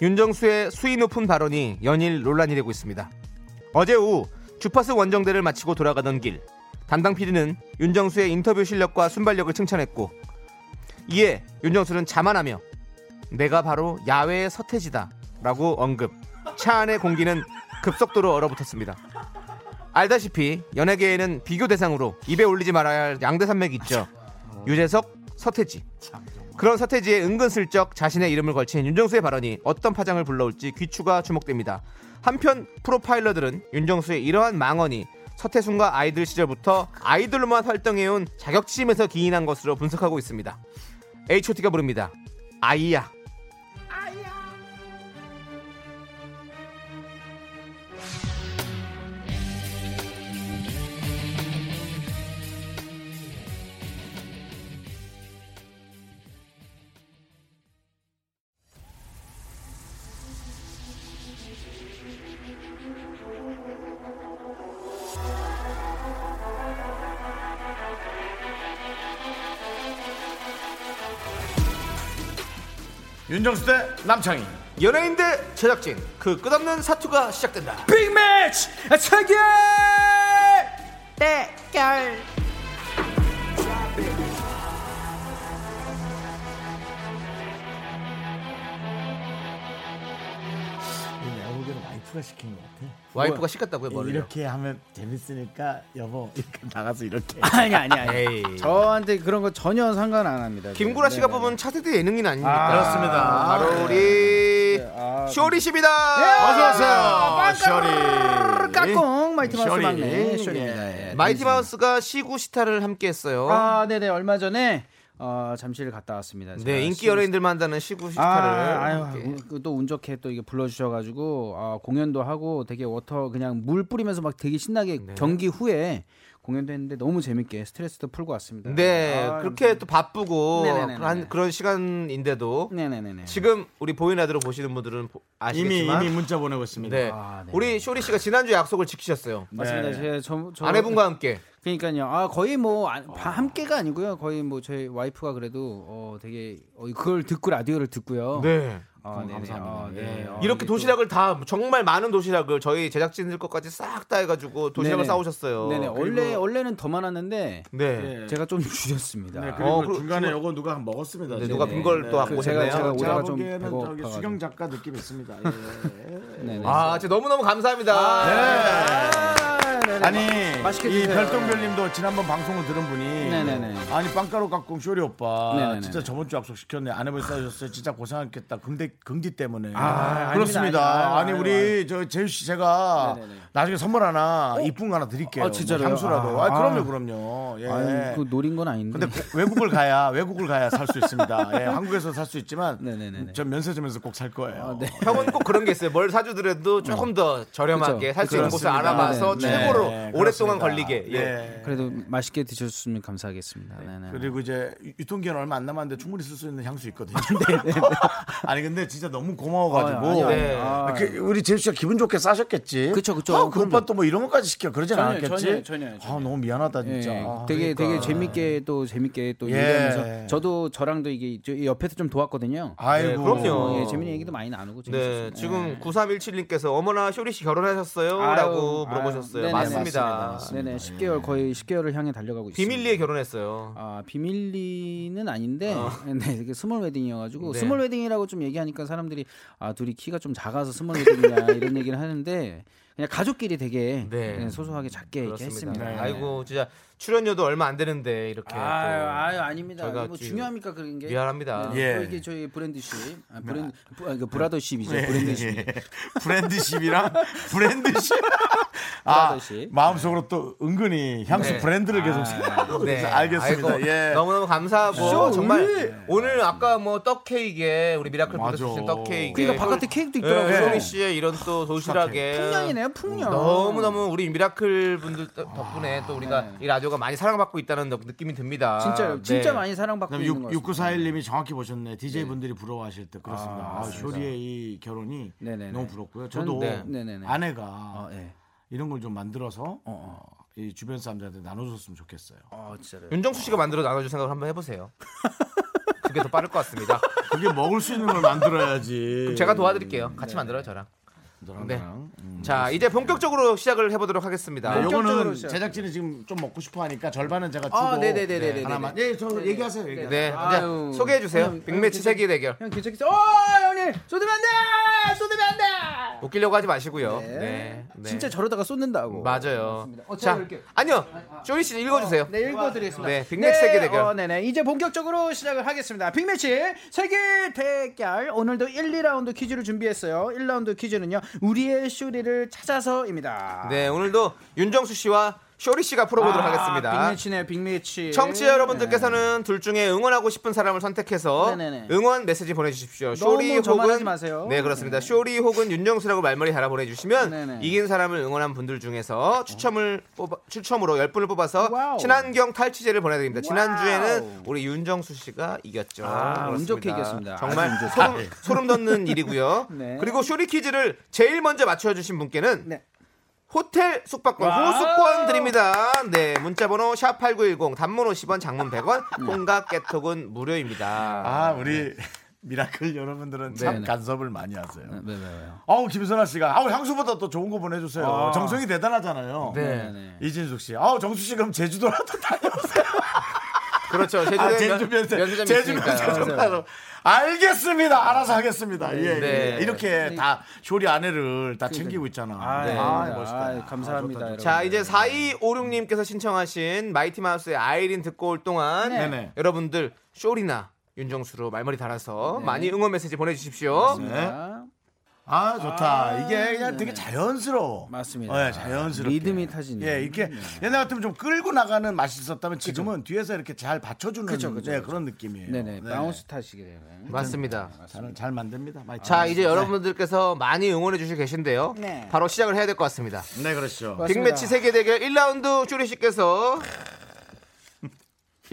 S2: 윤정수의 수위 높은 발언이 연일 논란이 되고 있습니다. 어제 오후 주파수 원정대를 마치고 돌아가던 길 담당 PD는 윤정수의 인터뷰 실력과 순발력을 칭찬했고 이에 윤정수는 자만하며 내가 바로 야외의 서태지다 라고 언급 차 안의 공기는 급속도로 얼어붙었습니다. 알다시피 연예계에는 비교 대상으로 입에 올리지 말아야 할 양대산맥이 있죠. 유재석, 서태지, 그런 서태지의 은근슬쩍 자신의 이름을 걸친 윤정수의 발언이 어떤 파장을 불러올지 귀추가 주목됩니다. 한편 프로파일러들은 윤정수의 이러한 망언이 서태순과 아이들 시절부터 아이돌로만 활동해온 자격지심에서 기인한 것으로 분석하고 있습니다. H.O.T가 부릅니다. 아이야.
S5: 윤정수 대 남창희
S2: 연예인 대 제작진 그 끝없는 사투가 시작된다.
S11: 빅매치 체결
S5: 내가 보기에는 와이프가 시킨 것 같아.
S2: 와이프가 시켰다고요, 머리를.
S5: 이렇게 하면 재밌으니까 여보 이렇게 나가서 이렇게.
S11: 아니 아니 아니
S2: 에이.
S1: 저한테 그런 거 전혀 상관 안 합니다.
S2: 김구라 씨가
S1: 네네.
S2: 뽑은 차세대 예능인 아닙니까?
S5: 그렇습니다. 네.
S2: 바로 우리
S1: 아,
S2: 쇼리 씨입니다.
S5: 어서 오세요, 쇼리.
S1: 까꿍 마이티 마우스
S5: 쇼리.
S1: 막내
S5: 예,
S1: 쇼리입니다. 예.
S2: 마이티 마우스가 시구 시타를 함께했어요.
S1: 아, 네네 얼마 전에 어, 잠실을 갔다 왔습니다. 제가
S2: 네 인기
S1: 아, 시구-
S2: 연예인들만 한다는 시구 시타를
S1: 아, 아유,
S2: 함께.
S1: 또 운 좋게 또 이게 불러주셔가지고 아, 공연도 하고 되게 워터 그냥 물 뿌리면서 막 되게 신나게 경기 후에 공연도 했는데 너무 재밌게 스트레스도 풀고 왔습니다.
S2: 네
S1: 아,
S2: 그렇게 또 바쁘고
S1: 네네네네.
S2: 한 그런 시간인데도
S1: 네네네네.
S2: 지금 우리 보이는 아들로 보시는 분들은 보-
S5: 이미
S2: 아시겠지만
S5: 이미 문자 보내고 있습니다.
S2: 네.
S1: 아, 네.
S2: 우리 쇼리 씨가 지난주 약속을 지키셨어요.
S1: 맞습니다. 제, 저, 저,
S2: 아내분과 함께
S1: 그러니까요. 아 거의 뭐 안- 바- 함께가 아니고요. 거의 뭐 저희 와이프가 그래도 어 되게 어, 그걸 듣고 라디오를 듣고요.
S2: 네.
S1: 아, 네네.
S5: 어, 감사합니다. 예.
S1: 아, 네. 아,
S2: 이렇게
S1: 이게 또-
S2: 도시락을 다 정말 많은 도시락을 저희 제작진들 것까지 싹 다 해가지고 도시락을
S1: 네네.
S2: 싸오셨어요.
S1: 네네.
S2: 그리고-
S1: 원래 원래는 더 많았는데
S2: 네.
S5: 네.
S1: 제가 좀 줄였습니다.
S5: 네,
S1: 아,
S5: 그리고
S2: 어, 그리고
S5: 중간에
S2: 중간-
S5: 요거 누가 먹었습니다.
S2: 네,
S5: 지금.
S2: 누가 빈 걸 또 갖고
S5: 그
S1: 오셨네요. 제가- 제가 오다가 좀
S5: 보기에는
S1: 배고파가지고.
S5: 저기 수경 작가 느낌 있습니다. 예.
S1: 네네. 네.
S11: 아,
S2: 아, 진짜 너무너무 감사합니다.
S1: 아, 네네.
S11: 네네.
S1: 아니
S11: 맛있게
S1: 이
S11: 드세요.
S1: 별똥별님도 지난번 방송을 들은 분이
S11: 네네네.
S1: 아니 빵가루 깎고 쇼리 오빠
S11: 네네네.
S1: 진짜 저번 주 약속 시켰네 아내분 싸우셨어요 진짜 고생했겠다 금대 금디 때문에
S11: 아,
S1: 그렇습니다
S11: 아닙니다, 아닙니다.
S1: 아니
S11: 아유,
S1: 우리 저 제유 씨 제가
S11: 네네네. 어?
S1: 나중에 선물 하나 이쁜 거 하나 드릴게요
S11: 아, 진짜로요?
S1: 뭐 향수라도 아,
S11: 아, 아유.
S1: 그럼요 그럼요 예
S11: 아유, 그 노린 건 아닌데.
S1: 근데 고- 외국을 가야 외국을 가야 살 수 있습니다 예, 한국에서 살 수 있지만
S11: 네네네네.
S1: 전 면세점에서 꼭 살 거예요
S11: 아, 네.
S2: 형은 꼭 그런 게 있어요. 뭘 사주더라도 조금 더 저렴하게
S11: 그쵸.
S2: 살 수 있는 곳을
S1: 그렇습니다.
S2: 알아봐서
S11: 네, 네.
S2: 최고로
S1: 네, 그렇습니다.
S2: 오랫동안 걸리게. 예.
S1: 네.
S11: 그래도 맛있게 드셨으면 감사하겠습니다. 네네.
S1: 그리고 이제 유통기한 얼마 안 남았는데 충분히 쓸 수 있는 향수 있거든요. 아니 근데 진짜 너무 고마워가지고
S11: 네, 아니요,
S2: 아니요.
S1: 네. 아, 그, 우리 제수 씨가 기분 좋게 싸셨겠지.
S11: 그쵸, 그쵸.
S1: 아, 그
S11: 그럼요.
S1: 오빠 또 뭐 이런 것까지 시켜 그러진
S11: 전혀,
S1: 않았겠지.
S11: 전혀, 전혀요, 전혀요.
S1: 아 너무 미안하다
S11: 예,
S2: 그렇죠.
S1: 진짜. 아,
S11: 되게 되게
S1: 그러니까.
S11: 재밌게 또 재밌게 또
S1: 예.
S11: 얘기하면서 저도 저랑도 이게 저- 이 옆에서 좀 도왔거든요.
S1: 아이고.
S2: 네, 그럼요.
S11: 예, 재밌는 얘기도 많이 나누고
S2: 네,
S11: 재밌었어요.
S2: 지금
S11: 예.
S2: 9317님께서 어머나 쇼리 씨 결혼하셨어요?
S11: 네. 아유,
S2: 라고
S11: 아유,
S2: 물어보셨어요.
S11: 네네,
S2: 맞습니다.
S11: 네네, 10개월 거의 10개월을 향해 달려가고 있습니다.
S2: 비밀리에 결혼했어요.
S11: 아 비밀리는 아닌데 네 이게 스몰 웨딩이어가지고
S2: 어. 네.
S11: 스몰 웨딩이라고 좀 얘기하니까 사람들이 아 둘이 키가 좀 작아서 스몰 웨딩이냐 이런 얘기를 하는데 그냥 가족끼리 되게
S2: 네.
S11: 그냥 소소하게 작게 이렇게
S2: 그렇습니다.
S11: 했습니다. 네.
S2: 아이고 진짜 출연료도 얼마 안 되는데 이렇게
S11: 아유,
S2: 또
S11: 아유 아닙니다.
S2: 저희가
S11: 이게 뭐
S2: 지금
S11: 중요합니까 그런 게?
S2: 미안합니다. 네.
S11: 네,
S1: 예.
S11: 또 이게 저희 브랜드십, 아, 브랜드 부- 아, 이거 브라더십이죠. 브랜드십.
S1: 예. 브랜드십이랑 브랜드십. 아
S11: 브라더십.
S1: 마음속으로 또 은근히 향수
S2: 네.
S1: 브랜드를
S11: 아,
S1: 계속 생각하고 네. 알겠습니다.
S2: 아이고,
S1: 예.
S2: 너무너무 감사하고
S1: 쇼리!
S2: 정말 오늘 아까 뭐 떡케이크에 우리 미라클
S1: 맞아.
S2: 보내주신 떡케이크에
S11: 그러니까 바깥에 케이크도 있더라고요.
S2: 예, 쇼리 씨의 이런 또 도시락에
S11: 아, 풍년이네요, 풍년.
S2: 너무너무 우리 미라클 분들 덕- 덕분에 또 우리가 이 라디오가 많이 사랑받고 있다는 느- 느낌이 듭니다.
S11: 네. 진짜요. 진짜
S2: 네.
S11: 많이 사랑받고
S1: 그다음에
S11: 있는 것
S1: 육-
S11: 같습니다.
S1: 6941님이 정확히 보셨네. DJ 분들이 부러워하실 때 그렇습니다.
S11: 아,
S1: 아,
S11: 맞습니다.
S1: 쇼리의 이 결혼이
S11: 네네네.
S1: 너무 부럽고요.
S11: 전-
S1: 저도
S11: 네. 네네네.
S1: 아내가
S11: 아, 예.
S1: 이런 걸 좀 만들어서 어, 이 주변 사람들한테 나눠줬으면 좋겠어요.
S11: 아, 진짜로요.
S2: 윤정수 씨가 만들어 나눠줄 생각을 한번 해보세요. 그게 더 빠를 것 같습니다.
S1: 그게 먹을 수 있는 걸 만들어야지.
S2: 그럼 제가 도와드릴게요.
S11: 네.
S2: 같이 만들어요, 저랑.
S1: 너랑
S2: 네.
S1: 나랑. 음.
S2: 자, 이제 본격적으로 시작을 해보도록 하겠습니다.
S1: 네,
S11: 본격적으로
S1: 요거는
S11: 시작.
S1: 제작진이 지금 좀 먹고 싶어 하니까 절반은 제가 주고
S11: 아, 네네네네네.
S1: 하나만. 예, 저 얘기하세요. 얘기하세요.
S2: 네,
S11: 아유. 음,
S2: 이제 소개해주세요.
S11: 형님,
S2: 빅매치 세계 대결.
S11: 형 괜찮겠어요? 어, 형님. 쏟으면 안 돼. 쏟으면 안 돼.
S2: 웃기려고 하지 마시고요.
S11: 네.
S2: 네. 네.
S11: 진짜 저러다가 쏟는다고.
S2: 맞아요.
S11: 어, 제가
S2: 자,
S11: 읽을게요.
S2: 아니요. 쇼리 씨 읽어주세요.
S11: 네, 읽어드리겠습니다.
S2: 네, 빅매치 세계 대결.
S11: 어, 네네. 이제 본격적으로 시작을 하겠습니다. 빅매치 세계 대결. 오늘도 1, 2라운드 퀴즈를 준비했어요. 1라운드 퀴즈는요. 우리의 쇼리를 찾아서입니다.
S2: 네, 오늘도 윤정수 씨와 쇼리 씨가 풀어보도록 하겠습니다.
S11: 아, 빅매치네, 빅매치.
S2: 청취자 여러분들께서는 둘 중에 응원하고 싶은 사람을 선택해서
S11: 네네네.
S2: 응원 메시지 보내주십시오.
S11: 너무
S2: 쇼리
S11: 저만
S2: 혹은
S11: 하지 마세요.
S2: 네 그렇습니다. 쇼리 혹은 윤정수라고 말머리 달아 보내주시면
S11: 네네.
S2: 이긴 사람을 응원한 분들 중에서 추첨을 뽑아, 추첨으로 10분을 뽑아서
S11: 와우.
S2: 친환경 탈취제를 보내드립니다.
S11: 와우.
S2: 지난주에는 우리 윤정수 씨가 이겼죠.
S11: 아, 운
S2: 그렇습니다.
S11: 좋게 이겼습니다.
S2: 정말
S11: 아주 운 좋게.
S2: 소름, 소름 돋는 일이고요.
S11: 네.
S2: 그리고 쇼리 퀴즈를 제일 먼저 맞춰주신 분께는
S11: 네.
S2: 호텔 숙박권
S11: 와우.
S2: 호수권 드립니다. 네, 문자번호 샵 #8910 단문 50원, 장문 100원, 콩과 깨톡은 무료입니다.
S1: 아, 우리 미라클 여러분들은 참
S11: 네네.
S1: 간섭을 많이 하세요.
S11: 네, 네, 네.
S1: 아우 김선아 씨가 아우 향수보다 더 좋은 거 보내주세요. 정성이 대단하잖아요.
S2: 네,
S1: 이진숙 씨, 아우 정수 씨 그럼 제주도라도 다녀오세요.
S2: 그렇죠. 제주도
S1: 아,
S2: 에
S1: 제주 면세,
S2: 면세점
S1: 제주
S2: 있으니까요.
S1: 면세점으로. 알겠습니다. 알아서 하겠습니다. 예, 예.
S2: 네.
S1: 이렇게 다 쇼리 아내를 다 챙기고 있잖아.
S11: 아,
S1: 네.
S11: 네.
S1: 아, 멋있다.
S11: 아, 감사합니다. 여러분.
S2: 자, 이제 4256님께서 신청하신 마이티마우스의 아이린 듣고 올 동안
S1: 네. 네네.
S2: 여러분들 쇼리나 윤정수로 말머리 달아서 많이 응원 메시지 보내주십시오.
S1: 네.
S11: 아,
S1: 아 좋다. 이게 그냥 되게 자연스러워.
S11: 맞습니다.
S1: 네, 자연스럽게.
S11: 리듬이 타지네요.
S1: 예, 이렇게 옛날 같으면 좀 끌고 나가는 맛이 있었다면 지금은 뒤에서 이렇게 잘 받쳐주는
S11: 그쵸, 그쵸,
S1: 네,
S11: 그쵸.
S1: 그런 느낌이에요.
S11: 네네. 바운스 타시게 되요
S2: 맞습니다.
S1: 잘, 잘 만듭니다. 많이
S2: 자, 이제 여러분들께서 많이 응원해 주실 계신데요.
S11: 네.
S2: 바로 시작을 해야 될 것 같습니다.
S1: 네, 그렇죠.
S11: 맞습니다.
S2: 빅매치 세계 대결 1라운드 쇼리 씨께서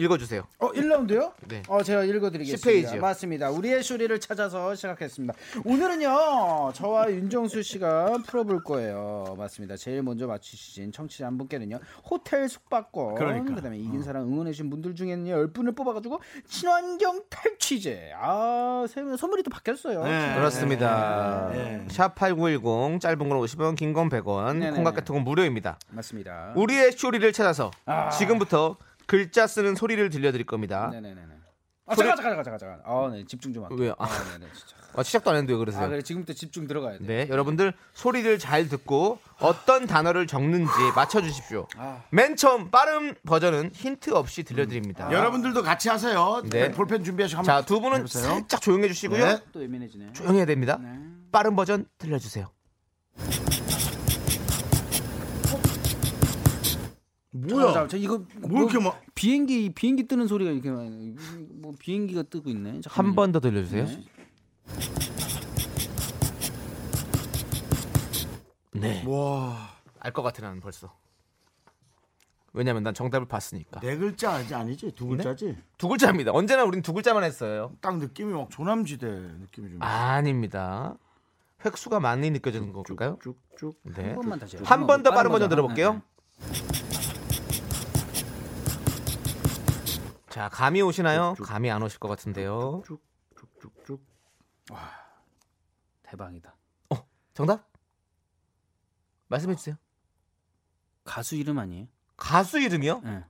S2: 읽어주세요.
S11: 어, 1라운드요?
S2: 네.
S11: 어, 제가 읽어드리겠습니다.
S2: 10페이지요.
S11: 맞습니다. 우리의 쇼리를 찾아서 시작했습니다. 오늘은요, 저와 윤정수 씨가 풀어볼 거예요. 맞습니다. 제일 먼저 맞추신 청취자 한 분께는요, 호텔 숙박권.
S1: 그러니까.
S11: 다음에 이긴 사람 응원해주신 분들 중에는요, 10분을 뽑아가지고, 친환경 탈취제. 아, 세- 선물이 또 바뀌었어요.
S1: 네.
S2: 그렇습니다.
S1: 네.
S2: 샵8910 짧은 건 50원, 긴 건 100원,
S11: 네네네. 아.
S2: 콩깍개통은 무료입니다.
S11: 맞습니다.
S2: 우리의 쇼리를 찾아서 지금부터 글자 쓰는 소리를 들려드릴 겁니다.
S11: 아. 네네네. 아, 잠깐 잠깐 잠깐 잠깐. 아, 네. 집중 좀 할게요.
S2: 왜요? 아.
S11: 아, 네, 네, 진짜.
S2: 아, 시작도 안 했는데 왜 그러세요?
S11: 아, 그래. 지금부터 집중 들어가야 돼.
S2: 네, 여러분들 소리를 잘 듣고 어떤 단어를 적는지 맞춰주십시오.
S11: 아.
S2: 맨 처음 빠른 버전은 힌트 없이 들려드립니다.
S11: 음.
S1: 여러분들도 같이 하세요.
S2: 네.
S1: 볼펜 준비하시고 한번
S2: 자, 두 분은
S1: 해보세요.
S2: 살짝 조용해 주시고요.
S1: 네.
S11: 또 아. 예민해지네.
S2: 조용해야 됩니다. 빠른 버전 들려주세요.
S1: 뭐야?
S11: 자, 자, 이거
S1: 뭐 이렇게 막
S11: 비행기 비행기 뜨는 소리가 이렇게 많이 나요. 뭐 비행기가 뜨고 있네.
S2: 한 번 더 들려주세요.
S11: 네.
S2: 네.
S1: 뭐, 와.
S2: 알 것 같아 나는 벌써. 왜냐면 난 정답을 봤으니까.
S1: 네 글자 아니지 아니지 두 글자지.
S2: 두 글자입니다. 언제나 우린 두 글자만 했어요.
S1: 딱 느낌이 막 조남지대 느낌이 좀.
S2: 아닙니다. 획수가 많이 느껴지는 걸까요?
S1: 쭉쭉.
S2: 네.
S11: 한 번만 다시.
S2: 한 번 더 빠른 버전 들어볼게요. 자, 감이 오시나요? 감이 안 오실 것 같은데요.
S1: 쭉쭉쭉쭉.
S11: 네, 대박이다.
S2: 정답? 말씀해 주세요.
S11: 가수 이름 아니에요?
S2: 가수 이름이요?
S11: 네.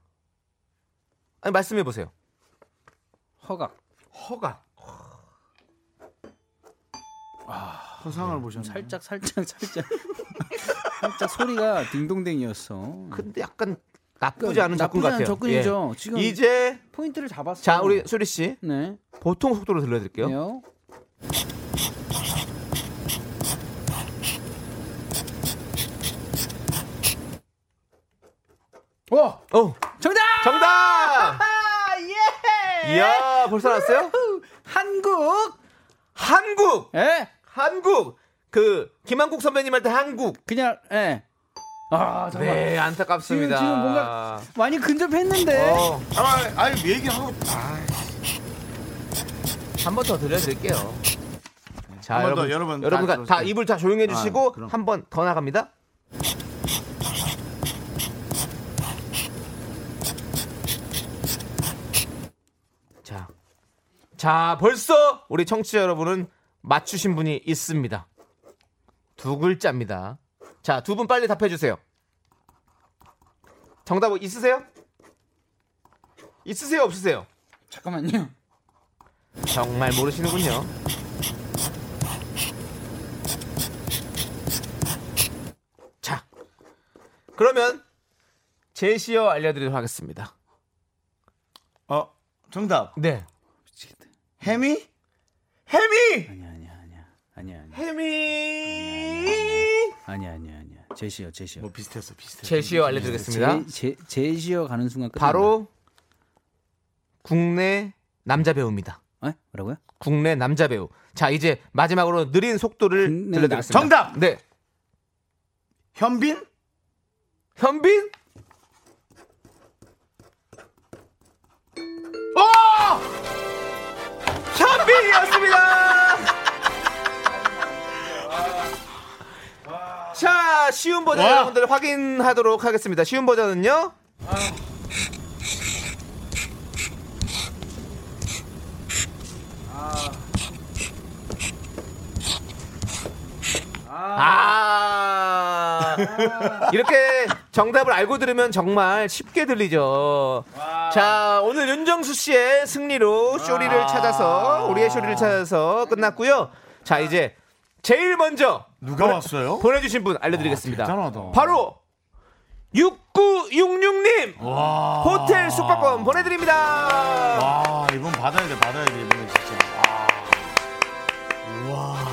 S2: 아니 말씀해 보세요.
S11: 허각.
S2: 허가.
S1: 허상을 보셨네.
S11: 살짝 살짝 살짝 살짝 소리가 딩동댕이었어.
S2: 근데 약간 나쁘지 않은
S11: 그러니까 나쁘지
S2: 접근
S11: 않은
S2: 같아요.
S11: 접근이죠.
S2: 예.
S11: 지금
S2: 이제
S11: 포인트를 잡았어.
S2: 자, 우리 수리 씨
S11: 네.
S2: 보통 속도로 들려드릴게요.
S11: 네요. 와
S2: 어,
S11: 정답!
S2: 정답!
S11: 아, 예!
S2: 이야, 벌써 나왔어요?
S11: 한국.
S2: 한국,
S11: 예.
S2: 한국. 그 김한국 선배님 할 때 한국.
S11: 그냥 예. 아 정말
S2: 네, 안타깝습니다.
S11: 지금- 지금 뭔가- 많이 근접했는데.
S2: 어,
S1: 아, 아니 얘기하고
S2: 한 번 더 들려드릴게요. 자,
S1: 한번 더,
S2: 여러분,
S1: 여러분 다
S2: 여러분 다,
S1: 들어주세요.
S2: 입을 다 조용해
S1: 아,
S2: 주시고
S1: 그럼.
S2: 한 번 더 나갑니다. 자, 자, 벌써 우리 청취자 여러분은 맞추신 분이 있습니다. 두 글자입니다. 자, 두 분 빨리 답해 주세요. 정답 있으세요? 있으세요, 없으세요?
S11: 잠깐만요.
S2: 정말 모르시는군요. 자, 그러면 제시어 알려드리도록 하겠습니다.
S1: 어 정답
S2: 네.
S1: 해미
S2: 해미!
S11: 아니야 아니야 아니야 아니야 아니야
S2: 해미!
S11: 아니야 아니야 아니야 제시요 제시요.
S1: 뭐 비슷했어 비슷했어.
S2: 제시어 알려드리겠습니다.
S11: 제, 제, 제시어 가는 순간 끝난다.
S2: 바로 국내 남자 배우입니다.
S11: 에? 어? 뭐라고요?
S2: 국내 남자 배우. 자, 이제 마지막으로 느린 속도를
S11: 국내
S2: 들려드리겠습니다.
S1: 남- 정답!
S2: 네.
S1: 현빈
S2: 현빈? 오! 현빈이었습니다! 자, 쉬운 버전
S1: 와.
S2: 여러분들 확인하도록 하겠습니다. 쉬운 버전은요? 아. 이렇게 정답을 알고 들으면 정말 쉽게 들리죠. 자, 오늘 윤정수 씨의 승리로 쇼리를 찾아서 우리의 쇼리를 찾아서 끝났고요. 자, 이제 제일 먼저
S1: 누가 왔어요?
S2: 보내주신 분 알려드리겠습니다.
S1: 와, 대단하다.
S2: 바로 6966님
S1: 와
S2: 호텔 숙박권 보내드립니다.
S1: 와 이번 받아야 돼 받아야 돼 이번에 진짜.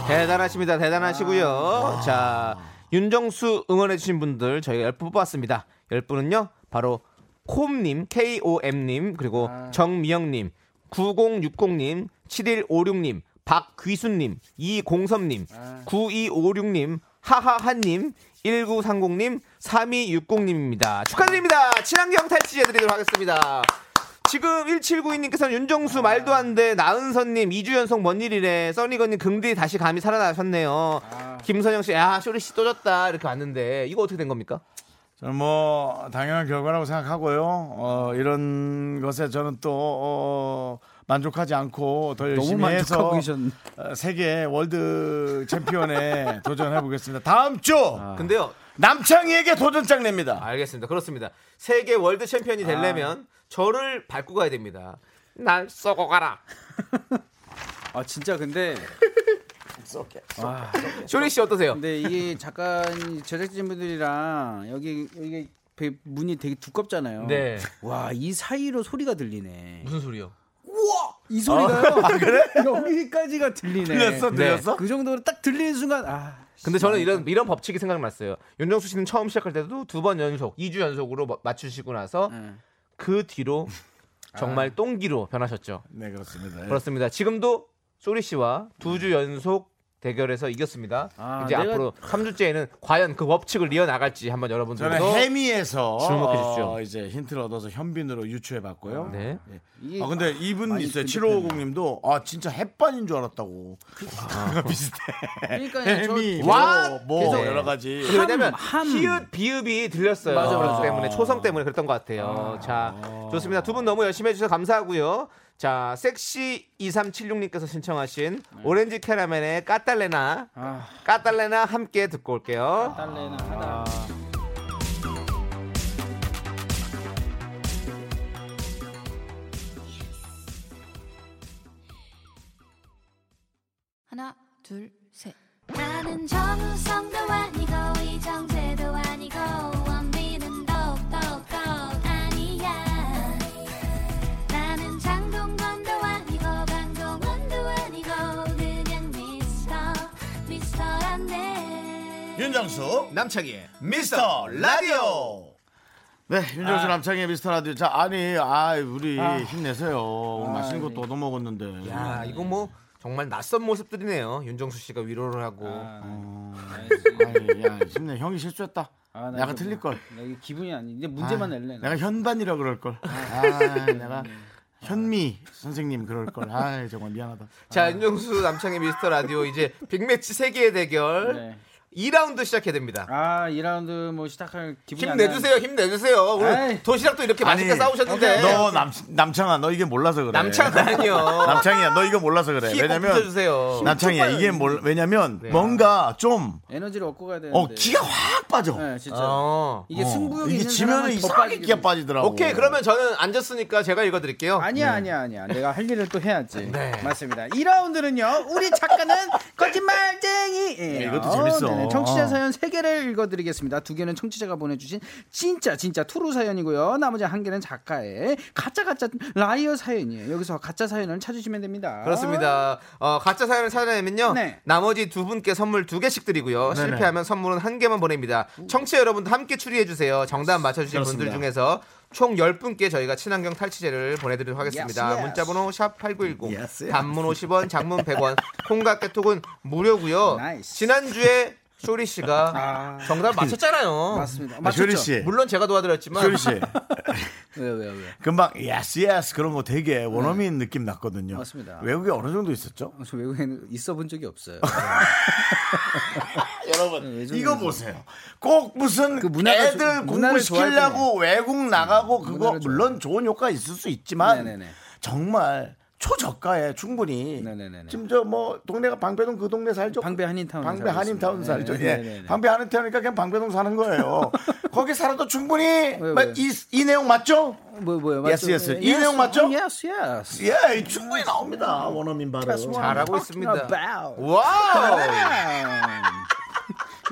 S2: 대단하십니다. 대단하시고요. 자, 윤정수 응원해주신 분들 저희가 10분 뽑았습니다. 10분은요, 바로 콤님, KOM님, 그리고 정미영님, 9060님, 7156님, 박귀순님, 이공섭님, 9256님, 하하한님, 1930님, 3260님입니다. 축하드립니다. 친환경 탈취해드리도록 하겠습니다. 지금 1792님께서는 윤정수 말도 안 돼 나은선님 2주 연속 먼 일이래 써니건님 긍디 다시 감이 살아나셨네요 김선영씨 야 쇼리씨 또 졌다 이렇게 왔는데 이거 어떻게 된 겁니까?
S1: 저는 뭐 당연한 결과라고 생각하고요. 어, 이런 것에 저는 또 어, 만족하지 않고 더 열심히
S11: 너무 만족하고
S1: 해서
S11: 계셨네.
S1: 어, 세계 월드 챔피언에 도전해 보겠습니다. 다음 주
S2: 근데요
S1: 남창희에게 도전장 냅니다.
S2: 알겠습니다 그렇습니다 세계 월드 챔피언이 되려면 저를 밟고 가야 됩니다 날 쏘고 가라.
S11: 아 진짜 근데 와.
S2: 쇼리 씨 어떠세요?
S11: 근데 이게 작가님 제작진분들이랑 여기 여기 배- 문이 되게 두껍잖아요.
S2: 네.
S11: 와 이 사이로 소리가 들리네.
S2: 무슨 소리요?
S11: 우와 이 소리가요. 그래? 여기까지가 들리네.
S1: 들렸어, 들렸어?
S11: 그 정도로 딱 들리는 순간 아.
S2: 근데 저는
S1: 그러니까.
S2: 이런 이런 법칙이 생각났어요. 윤정수 씨는 처음 시작할 때도 두 번 연속, 2주 연속으로 마- 맞추시고 나서
S1: 네.
S11: 응.
S2: 그 뒤로 정말 똥기로 변하셨죠.
S1: 아. 네 그렇습니다. 예. 네.
S2: 그렇습니다. 지금도 쇼리 씨와 두 주 연속 대결에서 이겼습니다.
S11: 아,
S2: 이제
S11: 내가-
S2: 앞으로 3주째에는 과연 그 법칙을 이어 나갈지 한번
S1: 저는
S2: 여러분들도
S1: 네, 해미에서
S2: 주목해 주십시오.
S1: 어, 이제 힌트를 얻어서 현빈으로 유추해 봤고요.
S2: 네.
S1: 예.
S11: 이게
S1: 아 근데 이분
S11: 많이
S1: 있어요.
S11: 근접했네.
S1: 7550님도 아 진짜 햇반인 줄 알았다고. 비슷해.
S11: 그러니까요, 저-
S1: 햄이
S2: 와! 네.
S1: 뭐, 뭐
S2: 계속-
S1: 여러 가지.
S2: 그리고 왜냐면
S11: 함.
S2: 히읗 비읍이 들렸어요.
S11: 맞아, 맞아.
S2: 그렇기 때문에 초성 때문에 그랬던 것 같아요. 자, 좋습니다. 두 분 너무 열심히 해주셔서 감사하고요. 자, 섹시 2376님께서 신청하신 오렌지 캐러멜의 까딸레나,
S11: 네. 아.
S2: 까딸레나 함께 듣고 올게요.
S11: 딸래나 하다.
S3: 하나 둘 셋. 나는 정우성도 아니고 이정재도 아니고 원빈은 더욱더 아니야. 나는 장동건도 아니고 강동원도 아니고 그냥 미스터 미스터란데.
S1: 윤정수
S12: 남창희의
S1: 미스터 라디오. 네, 윤정수 남창의 미스터 라디오. 자, 아니, 아, 네. 우리 힘내세요. 오늘 맛있는 것도 얻어 먹었는데.
S2: 야, 이거 뭐 정말 낯선 모습들이네요. 윤정수 씨가 위로를 하고.
S1: 아이, 야, 힘내. 형이 실수했다.
S11: 아, 나
S1: 내가
S11: 이거-
S1: 틀릴 걸.
S11: 나 이게 기분이 아니. 이제 문제만 낼래. 나.
S1: 내가 현반이라 그럴 걸. 아, 내가 현미 선생님 그럴 걸. 아, 정말 미안하다.
S2: 자, 윤정수 남창의 미스터 라디오 이제 빅매치 세개의 대결
S11: 네.
S2: 이 2라운드 시작해야 됩니다.
S11: 아, 2라운드 뭐 시작할 기분이 안
S2: 힘내주세요, 힘내주세요. 오늘
S11: 에이.
S2: 도시락도 이렇게 맛있게
S1: 아니,
S2: 싸우셨는데.
S1: 너 남, 남창아, 너 이게 몰라서 그래.
S2: 네. 남창 네, 아니요.
S1: 남창이야, 너 이거 몰라서 그래.
S2: 키
S1: 왜냐면
S2: 붙여주세요.
S1: 남창이야, 이게 몰 왜냐면 뭔가 좀
S11: 나요. 에너지를 얻고 가야 되는데.
S1: 어, 기가 확 빠져.
S11: 네, 진짜.
S2: 어.
S11: 이게
S1: 어.
S11: 승부욕이
S1: 이게
S11: 있는
S1: 지면은
S11: 사람은 더
S1: 이상하게
S11: 빠지게
S1: 기가
S11: 돼.
S1: 빠지더라고.
S2: 오케이, 그러면 저는 앉았으니까 제가 읽어드릴게요.
S11: 아니야 아니야 아니야 내가 할 일을 또 해야지
S2: 네.
S11: 맞습니다 2라운드는요 우리 작가는 거짓말쟁이
S1: 네, 이것도 재밌어.
S11: 청취자
S1: 어.
S11: 사연 3개를 읽어드리겠습니다 두 개는 청취자가 보내주신 진짜 진짜 투루 사연이고요 나머지 한 개는 작가의 가짜 가짜 라이어 사연이에요 여기서 가짜 사연을 찾으시면 됩니다
S2: 그렇습니다. 어, 가짜 사연을 찾아내면요.
S11: 아. 네.
S2: 나머지 두 분께 선물 두 개씩 드리고요. 실패하면 선물은 한 개만 보냅니다. 청취자 여러분도 함께 추리해주세요. 정답 맞춰주신
S1: 그렇습니다.
S2: 분들 중에서 총 10분께 저희가 친환경 탈취제를 보내드리도록 하겠습니다.
S11: Yes, yes.
S2: 문자번호 샵8910.
S1: Yes, yes.
S2: 단문 50원, 장문 100원, 콩과 깨톡은 무료고요.
S11: Nice.
S2: 지난주에 쇼리 씨가
S11: 아.
S2: 정답 맞췄잖아요.
S11: 맞습니다
S1: 아,
S11: 맞췄죠
S1: 효리 씨,
S2: 물론 제가 도와드렸지만
S1: 효리 씨,
S11: 왜왜왜 왜, 왜.
S1: 금방 yes yes 그런 거 되게 원어민 느낌 났거든요.
S11: 맞습니다.
S1: 외국에 어느 정도 있었죠?
S11: 저 외국에는 있어 본 적이 없어요
S1: 여러분
S11: 좀
S1: 이거 보세요. 꼭 무슨
S11: 네, 그 문화가 주-
S1: 애들 공부
S11: 문화를 좋아할
S1: 시키려고 외국 나가고 그거
S11: 문화를
S1: 물론 좋은 효과 있을 수 있지만
S11: 네네네.
S1: 정말 초저가에 충분히
S11: 네네네네.
S1: 지금 저 뭐 동네가 방배동 그 동네 살죠?
S11: 방배 한인타운
S1: 방배
S11: 살고
S1: 한인타운
S11: 있습니다.
S1: 살죠. 예.
S11: 네네네네.
S1: 방배 한인타운이니까 그냥 방배동 사는 거예요. 거기 살아도 충분히
S11: 왜?
S1: 막 이, 이 내용 맞죠?
S11: 뭐 뭐요
S1: Yes, yes. 이 내용 맞죠?
S11: 예스 예스
S1: 예, 충분히 나옵니다. 원어민 발음.
S2: 잘하고 있습니다.
S11: about.
S2: 와우!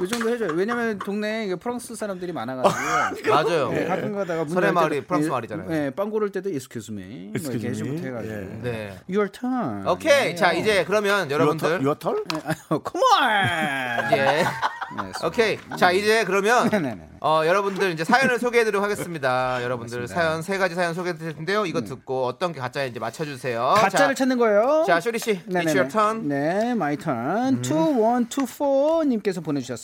S11: 이 정도 해줘요. 왜냐면 동네에 이게 프랑스 사람들이 많아가지고.
S2: 맞아요.
S11: 네, 가끔 가다가 문
S2: 설의
S11: 열 때도
S2: 마을이 프랑스
S11: 예,
S2: 마을이잖아요.
S11: 예, 빵 고를 때도 excuse me. 뭐
S1: Excuse
S11: 이렇게
S1: me.
S11: 해주부터 해가지고.
S2: 네.
S11: Your turn. 어,
S2: 오케이.
S11: 네.
S2: 자, 이제 그러면 여러분들
S1: 유어털? 유어털?
S11: Come on.
S2: 예.
S11: 네,
S2: 오케이. 자, 이제
S11: 네네네.
S2: 그러면 어, 여러분들 이제 사연을 소개해 드리도록 하겠습니다. 음. 여러분들 사연 세 가지 사연 소개해 드릴 텐데요. 이거 듣고 어떤 게 가짜인지 맞춰 주세요.
S11: 가짜를 찾는 거예요.
S2: 자, 쇼리 씨.
S11: 네네네.
S2: It's your turn. 음.
S11: 네, my turn. 2124님께서 보내주셨습니다.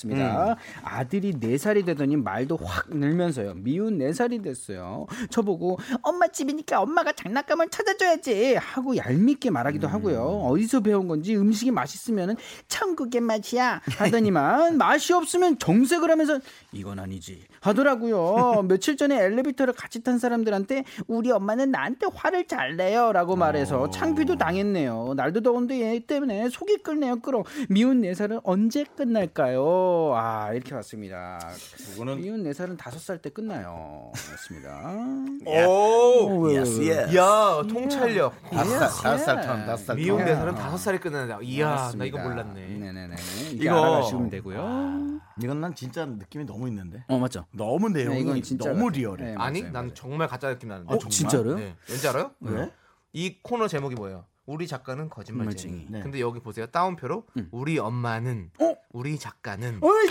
S11: 아들이 4살이 되더니 말도 확 늘면서요. 미운 4살이 됐어요. 저보고 엄마 집이니까 엄마가 장난감을 찾아줘야지 하고 얄밉게 말하기도
S2: 음.
S11: 하고요. 어디서 배운 건지 음식이 맛있으면 천국의 맛이야 하더니만 맛이 없으면 정색을 하면서 이건 아니지 하더라고요. 며칠 전에 엘리베이터를 같이 탄 사람들한테 우리 엄마는 나한테 화를 잘 내요라고
S1: 어.
S11: 말해서 창피도 당했네요. 날도 더운데 얘 때문에 속이 끓네요. 끓어 미운 내살은 언제 끝날까요? 아 이렇게 왔습니다.
S1: 이거는
S11: 미운 내살은 다섯 살 때 끝나요. 맞습니다. 네.
S2: 오. 아,
S1: 예스 예스.
S2: 야 통찰력.
S1: 다섯 살, 다섯 살 턴, 다섯 살
S2: 미용
S1: 턴.
S2: 대사는 다섯 살에 끝난다. 이야 나 이거
S11: 맞습니다.
S2: 몰랐네.
S11: 네네네.
S1: 이거-
S11: 이거 알아가시면 되고요.
S1: 이건 난 진짜 느낌이 너무 있는데.
S11: 어 맞죠.
S1: 너무 내용이
S11: 네, 이건 진짜
S1: 너무
S11: 같아.
S1: 리얼해.
S11: 네,
S2: 아니 난
S11: 맞아요, 맞아요.
S2: 정말 가짜 느낌 나는데.
S11: 어, 진짜로요?
S2: 네. 왠지 알아요?
S1: 왜?
S2: 이 코너 제목이 뭐예요? 우리 작가는 거짓말쟁이.
S11: 거짓말쟁이. 음. 어?
S1: 네.
S2: 근데 여기 보세요. 따옴표로 우리 엄마는 우리 작가는
S11: 어이!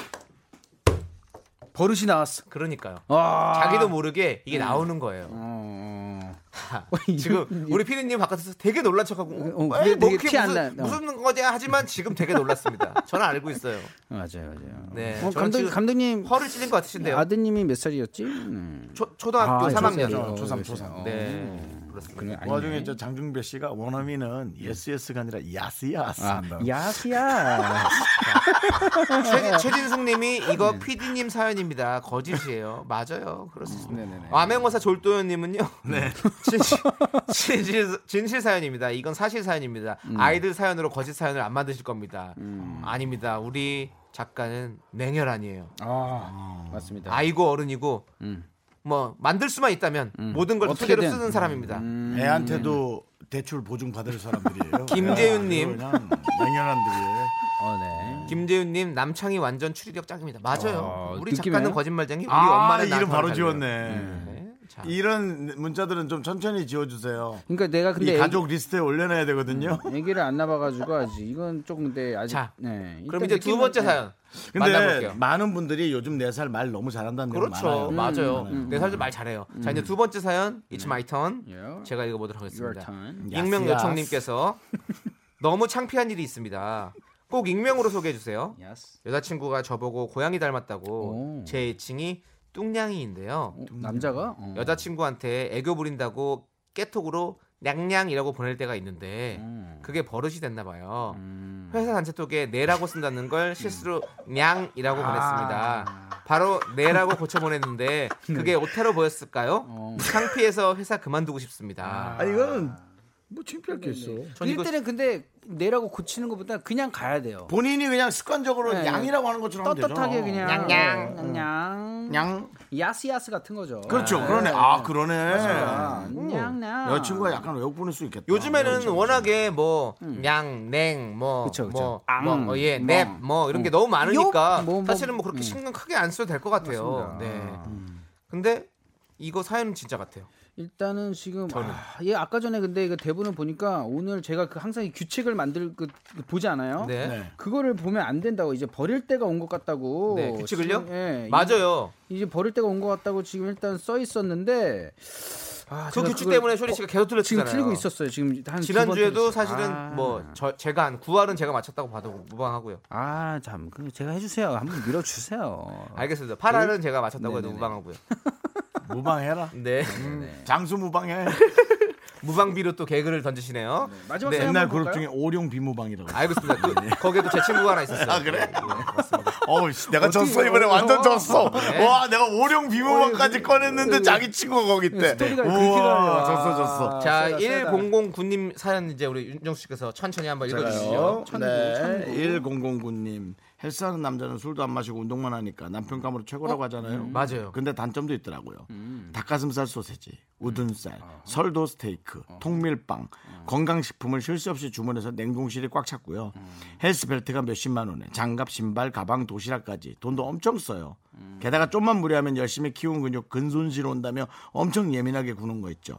S11: 버릇이 나왔어.
S2: 그러니까요.
S11: 아. 음.
S2: 자기도 모르게 이게 나오는 거예요. 아,
S11: 어.
S2: 지금 우리 피디님 바깥에서 되게 놀란 척하고
S11: 어,
S2: 어,
S11: 근데
S2: 에이, 뭐
S11: 되게
S2: 그게
S11: 피 안
S2: 무슨,
S11: 나- 어.
S2: 무슨 거지 하지만 지금 되게 놀랐습니다. 저는 알고 있어요.
S11: 맞아요, 맞아요.
S2: 네,
S11: 어,
S2: 저는
S11: 감독
S2: 지금
S11: 감독님
S2: 허를 찔린 것 같으신데요.
S11: 아드님이 몇 살이었지? 음.
S2: 초, 초등학교
S11: 아,
S2: 3학년.
S11: 초등학교
S1: 초삼,
S11: 어,
S1: 초삼.
S2: 네. 그렇습니다.
S11: 그래,
S1: 그 와중에 저 장중배 씨가 원어민은 예스 예스가 아니라 야스 야스
S11: 네. 아,
S1: 한다.
S11: 야스야.
S1: 어,
S2: 최, 최진숙 님이 이거
S11: 네.
S2: 피디님 사연입니다. 거짓이에요. 맞아요. 그렇습니다.
S11: 네네네.
S2: 암행어사 졸도현 님은요. 네. 진실, 진실, 진실 사연입니다. 이건 사실 사연입니다.
S11: 음.
S2: 아이들 사연으로 거짓 사연을 안 만드실 겁니다. 아닙니다. 우리 작가는 냉혈 아니에요.
S11: 아, 맞습니다.
S2: 아이고 어른이고
S11: 음.
S2: 뭐 만들 수만 있다면 모든 걸다
S11: 어떻게든. 음.
S2: 토대로 쓰는 사람입니다.
S1: 애한테도 대출 보증 받을 사람들이에요.
S2: 김재윤님.
S1: 야, 그냥 냉혈한들이에요.
S11: 어, 네.
S2: 김재윤님 남창이 완전 추리력 짱입니다. 맞아요.
S11: 아,
S2: 우리
S11: 느낌에?
S2: 작가는 거짓말쟁이. 우리
S1: 아,
S2: 엄마는
S1: 이름
S2: 나한테
S1: 바로
S2: 말을
S1: 지웠네.
S2: 잘해요. 네, 자.
S1: 이런 문자들은 좀 천천히 지워주세요.
S11: 그러니까 내가 근데
S1: 이
S11: 애기-
S1: 가족 리스트에 올려놔야 되거든요.
S2: 음.
S11: 애기를 안 낳아봐가지고 아직 이건 조금 근데 아직
S2: 자,
S11: 네.
S2: 그럼
S11: 일단
S2: 이제 두
S11: 느낌은-
S2: 번째
S11: 네.
S2: 사연
S1: 근데
S2: 만나볼게요.
S1: 많은 분들이 요즘 네 살 말 너무 잘한다는 얘기
S2: 그렇죠,
S1: 많아요. 음.
S2: 맞아요. 내 살도 말 잘해요. 자 이제 두 번째 사연, It's My Turn.
S11: 음. 네. Yeah.
S2: 제가 읽어보도록
S11: Your
S2: 하겠습니다.
S11: turn.
S2: 익명
S1: 야스, 야스.
S2: 요청님께서 너무 창피한 일이 있습니다. 꼭 익명으로 소개해 주세요.
S11: Yes.
S2: 여자친구가 저보고 고양이 닮았다고
S11: 오.
S2: 제 애칭이 뚱냥이인데요.
S11: 어, 남자가 어.
S2: 여자친구한테 애교 부린다고 깨톡으로 냥냥이라고 보낼 때가 있는데
S11: 음.
S2: 그게 버릇이 됐나 봐요.
S11: 음.
S2: 회사 단체톡에 네라고 쓴다는 걸 실수로
S11: 아.
S2: 냥이라고 보냈습니다. 바로 네라고 고쳐 보냈는데
S11: 네.
S2: 그게 오타로 보였을까요?
S11: 어.
S2: 창피해서 회사 그만두고 싶습니다.
S1: 아, 이거는 뭐 창피할 게 있어.
S2: 전 이거-
S11: 이럴 때는 근데 내라고 고치는 것보다 그냥 가야 돼요.
S1: 본인이 그냥 습관적으로
S11: 네.
S1: 양이라고 하는 것처럼 하면 되죠.
S11: 떳떳하게 그냥
S2: 냥냥.
S11: 냥냥
S1: 양.
S11: 야스야스 같은 거죠. 아,
S1: 그렇죠. 그러네. 아 그러네.
S11: 냥냥.
S1: 여친과 약간 외국분일 수 있겠다.
S2: 요즘에는 워낙에 뭐 냥, 냉, 뭐,
S11: 음. 그쵸, 그쵸.
S2: 뭐,
S11: 앙,
S2: 뭐, 뭐, 예,
S11: 뭐.
S2: 넵, 뭐 이런 게 너무 많으니까
S11: 욕, 뭐, 뭐,
S2: 사실은 뭐 그렇게 신경 크게 안 써도 될 것 같아요.
S11: 맞습니다. 음.
S2: 네. 근데 이거 사연은 진짜 같아요.
S11: 일단은 지금 아, 얘 아까 전에 근데 이거 대본을 보니까 오늘 제가 그 항상 이 규칙을 만들 그, 그 보지 않아요?
S2: 네.
S1: 네.
S11: 그거를 보면 안 된다고 이제 버릴 때가 온 것 같다고.
S2: 네, 규칙을요?
S11: 지금, 예, 이-
S2: 맞아요.
S11: 이제 버릴 때가 온 것 같다고 지금 일단 써 있었는데 아,
S2: 그
S11: 제가
S2: 규칙
S11: 그걸
S2: 때문에 쇼리 씨가 계속
S11: 지금
S2: 틀렸잖아요.
S11: 틀리고 있었어요. 지금 한두
S2: 지난주에도
S11: 번 틀렸어요.
S2: 사실은
S11: 아.
S2: 뭐 저, 제가 한 9할은 제가 맞췄다고 봐도 무방하고요.
S11: 아, 참. 그 제가 해 주세요. 한번 밀어 네? 주세요.
S2: 알겠습니다. 8할은 제가 맞췄다고 해도 무방하고요.
S1: 무방해라.
S2: 네.
S11: 음.
S1: 장수 무방해.
S2: 무방비로 또 개그를 던지시네요.
S11: 마지막
S2: 네.
S11: 사연 네.
S1: 옛날
S11: 한번
S1: 그룹 중에 오룡 비무방이라고.
S2: 알겠습니다. 그, 거기에도 제 친구가 하나 있었어요.
S1: 아, 그래?
S2: 네, 맞습니다.
S1: 어우 씨, 내가 졌어 이번에 완전 졌어. 와 내가 오룡 비무방까지 꺼냈는데 자기 친구 거기 때.
S11: 스토리가
S1: 우와,
S11: 그 길어요.
S1: 졌어 졌어.
S11: 아,
S2: 자,
S11: 세다, 세다.
S2: 1009님 사연 이제 우리 윤정수 씨께서 천천히 한번 읽어주시죠.
S1: 제가요. 네. 1009님. 헬스하는 남자는 술도 안 마시고 운동만 하니까 남편 감으로
S2: 어?
S1: 최고라고 하잖아요.
S2: 맞아요.
S1: 근데 단점도 있더라고요.
S2: 음.
S1: 닭가슴살 소세지, 우둔살,
S2: 어.
S1: 설도 스테이크, 통밀빵, 건강식품을 쉴 새 없이 주문해서 냉동실이 꽉 찼고요.
S2: 음.
S1: 헬스 벨트가 몇십만 원에 장갑, 신발, 가방, 도시락까지 돈도 엄청 써요.
S2: 음.
S1: 게다가 좀만 무리하면 열심히 키운 근육 근손실 온다며 엄청 예민하게 구는 거 있죠.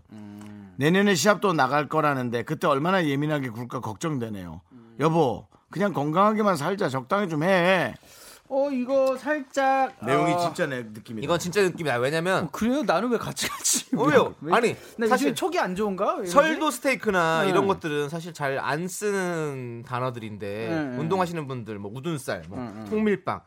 S1: 내년에 시합도 나갈 거라는데 그때 얼마나 예민하게 굴까 걱정되네요. 여보, 그냥 건강하게만 살자. 적당히 좀 해.
S11: 어, 이거 살짝 어,
S1: 내 느낌이다.
S2: 이건 진짜 느낌이야. 왜냐면
S11: 그래요? 나는 왜 같이 같이?
S2: 어, 왜요? 아니,
S11: 나
S2: 사실-
S11: 사실 촉이 안 좋은가? 왜 이러지?
S2: 설도 스테이크나
S11: 네.
S2: 이런 것들은 사실 잘 안 쓰는 단어들인데
S11: 네, 네.
S2: 운동하시는 분들 뭐 우둔살, 뭐 통밀빵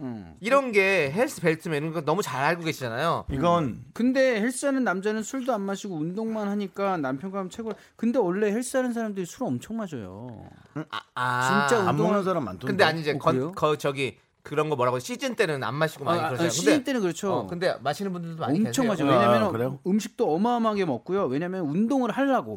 S11: 음.
S2: 이런 게 헬스 벨트맨 이런 거 너무 잘 알고 계시잖아요.
S1: 이건
S11: 근데 헬스하는 남자는 술도 안 마시고 운동만 하니까 남편과 하면 최고. 근데 원래 헬스하는 사람들이 술 엄청 마셔요.
S2: 아,
S11: 진짜
S1: 안
S11: 운동을-
S1: 먹는 사람 많던데.
S2: 근데 아니 이제
S11: 어,
S2: 건-
S11: 그래요?
S2: 거, 저기
S13: 그런 거 뭐라고 하죠? 시즌 때는 안 마시고 많이
S11: 아, 아,
S13: 그러잖아요.
S11: 시즌 때는 그렇죠.
S13: 어, 근데 마시는 분들도 많이
S11: 엄청
S13: 계세요.
S1: 아,
S11: 마죠. 왜냐면
S1: 그래요?
S11: 은 음식도 어마어마하게 먹고요. 왜냐면 운동을 하려고.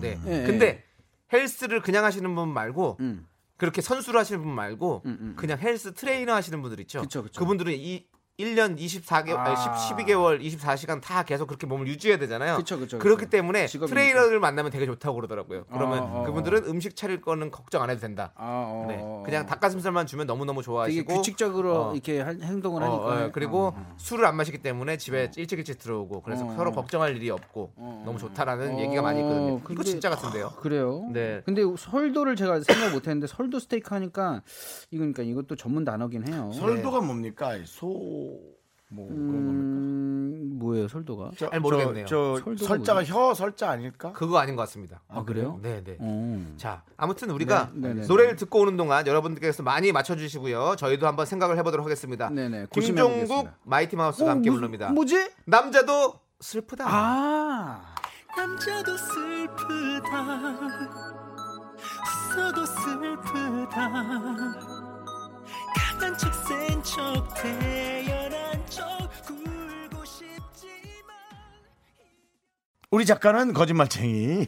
S13: 네.
S11: 예,
S13: 근데 헬스를 그냥 하시는 분 말고
S11: 음.
S13: 그렇게 선수를 하시는 분 말고
S11: 음, 음, 음.
S13: 그냥 헬스 트레이너 하시는 분들 있죠.
S11: 그쵸, 그쵸.
S13: 분들은이 1년 24개월,
S11: 아.
S13: 아. 10, 12개월, 24시간 다 계속 그렇게 몸을 유지해야 되잖아요.
S11: 그쵸, 그쵸, 그쵸.
S13: 렇기 때문에
S11: 직업이니까.
S13: 트레이너를 만나면 되게 좋다고 그러더라고요. 그러면
S11: 어, 어,
S13: 그분들은 음식 차릴 거는 걱정 안 해도 된다.
S11: 아, 어,
S13: 네.
S11: 어,
S13: 그냥 닭가슴살만 주면 너무너무
S11: 되게
S13: 좋아하시고
S11: 규칙적으로
S13: 어.
S11: 이렇게 할- 행동을
S13: 어,
S11: 하니까. 음.
S13: 어, 그리고 술을 안 마시기 때문에 집에 일찍 일찍 들어오고 그래서
S11: 어.
S13: 서로 걱정할 일이 없고
S11: 어.
S13: 너무 좋다라는
S11: 어,
S13: 얘기가 많이 있거든요. 이거
S11: 근데-
S13: 진짜 같은데요.
S11: 아, 그래요.
S13: 네.
S11: 근데 설도를 제가 생각 못했는데 설도 스테이크 하니까 이거니까 이것도 전문 단어긴 해요.
S1: 설도가 뭡니까? 소뭐 그런 겁니까?
S11: 음, 뭐예요 설도가?
S1: 저-
S13: 잘 모르겠네요.
S2: 어,
S1: 저, 저
S11: 설도가
S1: 어, 설자가 혀 설자 아닐까?
S13: 그거 아닌 것 같습니다.
S11: 아 그래요?
S13: 네, 네.
S11: 어.
S13: 자, 아무튼 우리가
S11: 네, 네, 네.
S13: 노래를 듣고 오는 동안 여러분들께서 많이 맞춰주시고요. 저희도 한번 생각을 해보도록 하겠습니다.
S11: 네, 네. 고심해
S13: 김종국
S11: 보겠습니다.
S13: 마이티 마우스가
S11: 어,
S13: 함께
S11: 무-
S13: 부릅니다.
S11: 뭐지?
S13: 남자도 슬프다. 네.
S11: 아.
S3: 남자도 슬프다 웃어도 슬프다 강한 척센척 태연한 척 굴고 싶지만
S1: 우리 작가는 거짓말쟁이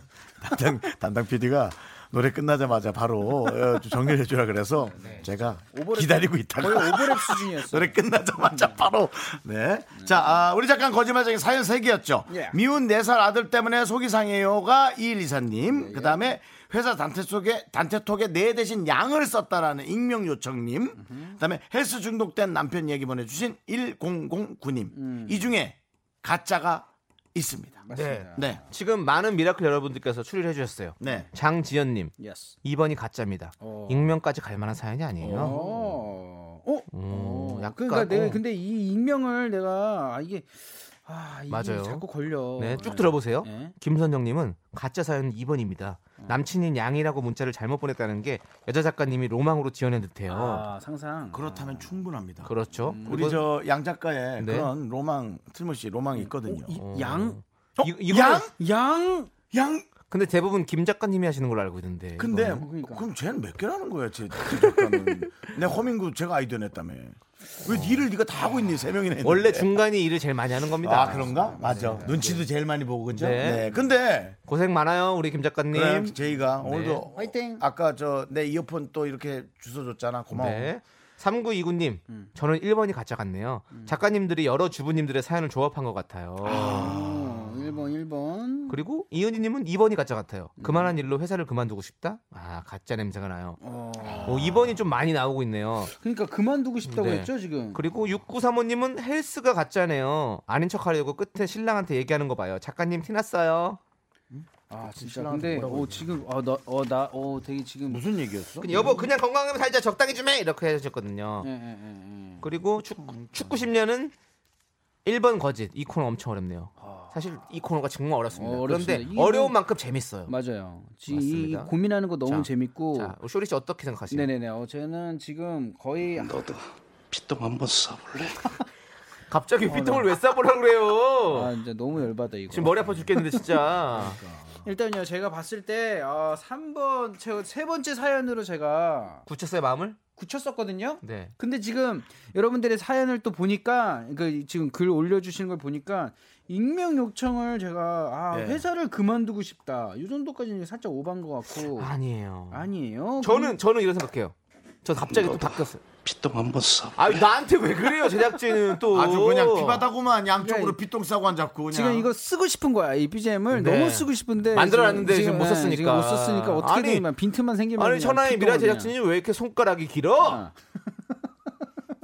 S1: 담당 담당 PD가 노래 끝나자마자 바로 어, 정리를 해주라 그래서 제가 기다리고 있다가
S11: 거의 오버랩 수준이었어요.
S1: 노래 끝나자마자 바로 네. 자, 아, 우리 잠깐 거짓말쟁이 사연 3개였죠.
S11: 예.
S1: 미운 4살 아들 때문에 속이 상해요가 이일이사님. 그 다음에 회사 단체 속에, 단체톡에 내 대신 양을 썼다라는 익명 요청님. 그 다음에 헬스 중독된 남편 얘기 보내주신 1009님. 이 중에 가짜가 있습니다.
S2: 아.
S13: 네.
S1: 네.
S13: 지금 많은 미라클 여러분들께서 추리를 해주셨어요.
S1: 네.
S2: 장지연님
S11: 예스.
S2: 2번이 가짜입니다.
S11: 어.
S2: 익명까지 갈 만한 사연이 아니에요.
S11: 어. 어?
S2: 음,
S11: 어,
S2: 약간
S11: 그러니까 내가
S2: 어.
S11: 근데 이 익명을 내가 아, 이게 아, 이게
S2: 맞아요.
S11: 자꾸 걸려.
S2: 네, 네. 쭉 들어보세요.
S11: 네.
S2: 김선정님은 가짜 사연 2번입니다. 남친인 양이라고 문자를 잘못 보냈다는 게 여자 작가님이 로망으로 지어낸 듯해요.
S11: 아, 상상.
S1: 그렇다면 충분합니다.
S2: 그렇죠.
S1: 우리 저 양 작가의
S2: 네.
S1: 그런 로망, 틀모씨 로망이 있거든요.
S2: 어.
S11: 양?
S1: 어,
S2: 이- 이거는-
S1: 양?
S11: 양?
S1: 양?
S2: 근데 대부분 김 작가님이 하시는 걸로 알고 있는데.
S1: 근데
S2: 이거는.
S11: 그러니까.
S1: 그럼 쟤는 몇 개라는 거야, 쟤. 쟤 작가는. 내 허민구 제가 아이디어 냈다며. 왜 일을 네가 다 하고 있니? 세 명이나 했는데.
S2: 원래 중간이 일을 제일 많이 하는 겁니다.
S1: 아, 그런가? 맞아. 눈치도 제일 많이 보고 그죠? 네.
S2: 네.
S1: 근데
S2: 고생 많아요, 우리 김 작가님. 네.
S1: 그래, 제이가 오늘도
S11: 화이팅.
S1: 아까 저 내 이어폰 또 이렇게 주워 줬잖아. 고마워.
S2: 네. 3929님, 저는 1번이 가짜 같네요. 작가님들이 여러 주부님들의 사연을 조합한 것 같아요.
S11: 어, 1번 1번.
S2: 그리고 이은희님은 2번이 가짜 같아요.
S11: 음.
S2: 그만한 일로 회사를 그만두고 싶다? 아, 가짜 냄새가 나요.
S11: 어.
S2: 오, 2번이 좀 많이 나오고 있네요.
S11: 그러니까 그만두고 싶다고
S2: 네.
S11: 했죠, 지금.
S2: 그리고 6935님은 헬스가 가짜네요. 아닌 척 하려고 끝에 신랑한테 얘기하는 거 봐요. 작가님 티났어요.
S11: 아, 진짜.
S1: 신랑한테
S11: 근데
S1: 뭐라고
S11: 어, 지금 어, 나, 어, 나, 어, 되게 지금
S1: 무슨 얘기였어?
S2: 그냥 여보, 그냥 건강하면 살자. 적당히 좀 해. 이렇게 해주셨거든요.
S11: 예, 예, 예, 예.
S2: 그리고 축구, 축구 10년은 1번 거짓. 이 코너 엄청 어렵네요. 사실 이 코너가 정말 어렵습니다.
S11: 아. 어, 어렵습니다.
S2: 그런데
S11: 이게
S2: 어려운 만큼 재밌어요.
S11: 맞아요. 지금 이
S2: 맞습니다.
S11: 고민하는 거 너무
S2: 자,
S11: 재밌고.
S2: 자, 우리 쇼리 씨 어떻게 생각하세요?
S11: 네네네. 어, 저는 지금 거의
S14: 너도 피똥 한번 쏴볼래?
S2: 갑자기 피통을 왜 싸보려고 그래요?
S11: 어, 네. 아, 이제 너무 열받아 이거.
S2: 지금 머리 아파 죽겠는데 진짜.
S1: 그러니까.
S11: 일단요, 제가 봤을 때 어, 3번 제세 번째 사연으로 제가
S2: 굳혔어요 마음을?
S11: 굳혔었거든요.
S2: 네.
S11: 근데 지금 여러분들의 사연을 또 보니까 그 지금 글 올려주시는 걸 보니까 익명 요청을 제가 아,
S2: 예.
S1: 네.
S11: 회사를 그만두고 싶다 이 정도까지는 살짝 오반 것 같고
S2: 아니에요.
S11: 아니에요.
S2: 저는 저는 이런 생각해요. 저 갑자기 또 바뀌었어요.
S14: 피똥 한번 쏴.
S2: 아 나한테 왜 그래요 제작진은 또
S1: 아주 그냥 피바다구만 양쪽으로
S11: 야,
S1: 피똥 싸고 앉았고 그냥.
S11: 지금 이거 쓰고 싶은 거야 이 BGM을
S2: 네.
S11: 너무 쓰고 싶은데
S2: 만들어놨는데 지금 못
S11: 예,
S2: 썼으니까.
S11: 지금 못 썼으니까
S2: 아니,
S11: 어떻게든 빈틈만 생기면
S2: 아니
S11: 그냥
S2: 천하의 미라
S11: 핑퐁을 그냥.
S2: 제작진이 왜 이렇게 손가락이 길어?
S1: 아.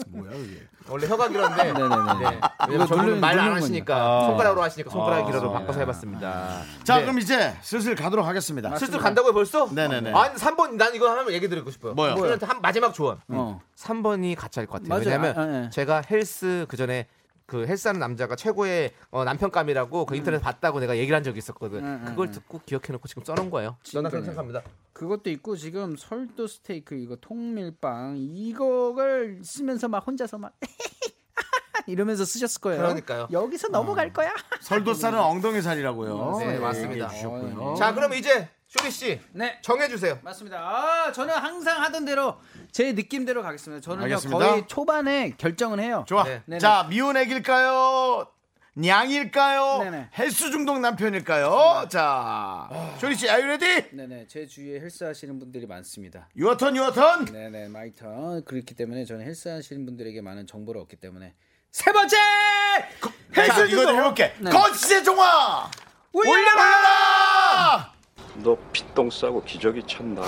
S1: 뭐야, 이게. 아,
S2: 원래 혀가 길었는데
S11: 네네네.
S2: 네. 왜냐면
S11: 이거
S2: 저분은
S11: 누르는-
S2: 말을 안
S11: 누르는
S2: 하시니까
S1: 거니까.
S2: 손가락으로 하시니까 손가락
S1: 아,
S2: 길어로
S1: 아,
S2: 바꿔서 해봤습니다.
S1: 자,
S2: 네.
S1: 그럼 이제 슬슬 가도록
S11: 아,
S1: 하겠습니다.
S2: 슬슬 간다고요 벌써?
S1: 네네네.
S2: 아니 3번 난 이거 하나 얘기 드리고 싶어요.
S1: 뭐요?
S2: 저한테 한 마지막 조언. 음.
S11: 어.
S2: 3번이 가짜일 것 같아요.
S11: 맞아요.
S2: 왜냐하면
S11: 아, 아, 예.
S2: 제가 헬스 그 전에 그 헬스하는 남자가 최고의 어, 남편감이라고 그 인터넷 봤다고 내가 얘기를 한 적이 있었거든.
S11: 음, 음,
S2: 그걸
S11: 음.
S2: 듣고 기억해놓고 지금 써놓은 거예요.
S11: 진짜네요. 그것도 있고 지금 설도 스테이크 이거 통밀빵 이거를 쓰면서 막 혼자서 막 이러면서 쓰셨을 거예요.
S2: 그러니까요.
S1: 음.
S11: 여기서 넘어갈 거야.
S1: 설도살은 엉덩이살이라고요.
S2: 네,
S1: 예,
S2: 맞습니다.
S1: 얘기해 주셨고요.
S11: 어,
S2: 자, 그럼 이제 쇼리 씨,
S11: 네.
S2: 정해주세요.
S11: 맞습니다. 아, 저는 항상 하던 대로 제 느낌대로 가겠습니다. 저는
S1: 알겠습니다.
S11: 거의 초반에 결정은 해요.
S1: 좋아.
S11: 네네.
S1: 자, 미운 애길까요?
S11: 네,
S1: 냥일까요? 헬스 중독 남편일까요? 자, 쇼리 씨, are you ready?
S11: 네네 제 주위에 헬스하시는 분들이 많습니다.
S1: Your turn, your turn.
S11: 네네 마이 턴 그렇기 때문에 저는 헬스하시는 분들에게 많은 정보를 얻기 때문에 세 번째
S1: 자,
S11: 헬스
S1: 이거 좀 해볼게.
S11: 네.
S1: 거짓의 종아 올려라.
S15: 너 피똥 싸고 기저귀 찬다.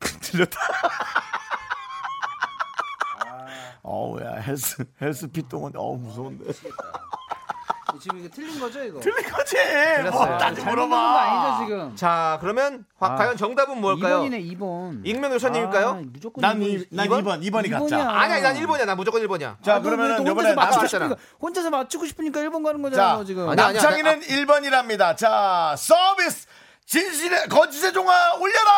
S1: 들렸다. 어우야 헬스 헬스 피똥은 어우 무서운데.
S11: 지금 이거 틀린 거죠 이거?
S1: 틀린 거지.
S2: 틀렸어요.
S1: 뭐 나한테
S2: 잘못
S1: 물어봐.
S11: 거 아니죠 지금?
S2: 자, 그러면 화-
S11: 아.
S2: 과연 정답은 뭘까요?
S11: 2번이네 2번.
S2: 익명 요사님일까요?
S11: 아, 무조건
S1: 난,
S11: 이번이-
S1: 이, 난 2번, 2번이 가짜.
S2: 아니야, 난 1번이야. 나 무조건 1번이야.
S1: 자,
S11: 아, 너왜
S1: 그러면은
S11: 또
S1: 이번에
S11: 혼자서 맞추고
S1: 남창.
S11: 싶으니까 혼자서 맞추고 싶으니까 1번 가는 거잖아
S1: 자,
S11: 요 지금.
S2: 아니야, 아니야.
S1: 남창이는 1번이랍니다. 자, 서비스. 진실의 거짓의 종아 올려라.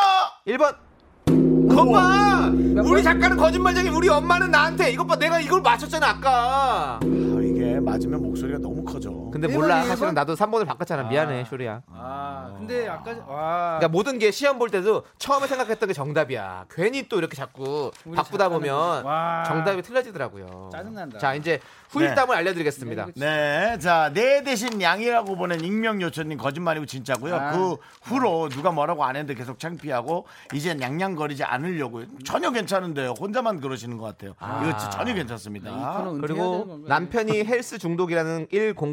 S2: 1번. 거봐! 우리 작가는 거짓말쟁이, 우리 엄마는 나한테. 이것 봐, 내가 이걸 맞췄잖아, 아까.
S1: 아, 이게 맞으면 목소리가 너무 커져.
S5: 근데
S11: 일본이
S5: 몰라.
S11: 일본?
S5: 사실은 나도 3번을 바꿨잖아. 미안해, 쇼리야.
S11: 아 근데 아까 와.
S2: 그러니까 모든 게 시험 볼 때도 처음에 생각했던 게 정답이야. 괜히 또 이렇게 자꾸
S11: 우리
S2: 바꾸다
S11: 작가는
S2: 보면
S11: 와.
S2: 정답이 틀려지더라고요.
S11: 짜증난다.
S2: 자, 이제 후일담을 알려드리겠습니다.
S1: 네, 자, 내 대신 양이라고 보낸 익명 요천님 거짓말이고 진짜고요.
S11: 아.
S1: 그 후로 누가 뭐라고 안 했는데 계속 창피하고 이젠 양양거리지 않으려고요. 전혀 괜찮은데요. 혼자만 그러시는 것 같아요. 이거 진짜 전혀
S2: 네,
S1: 괜찮습니다.
S11: 이거는 은퇴해야 되는
S5: 그리고 남편이
S11: 건가요?
S2: 남편이 헬스 중독이라는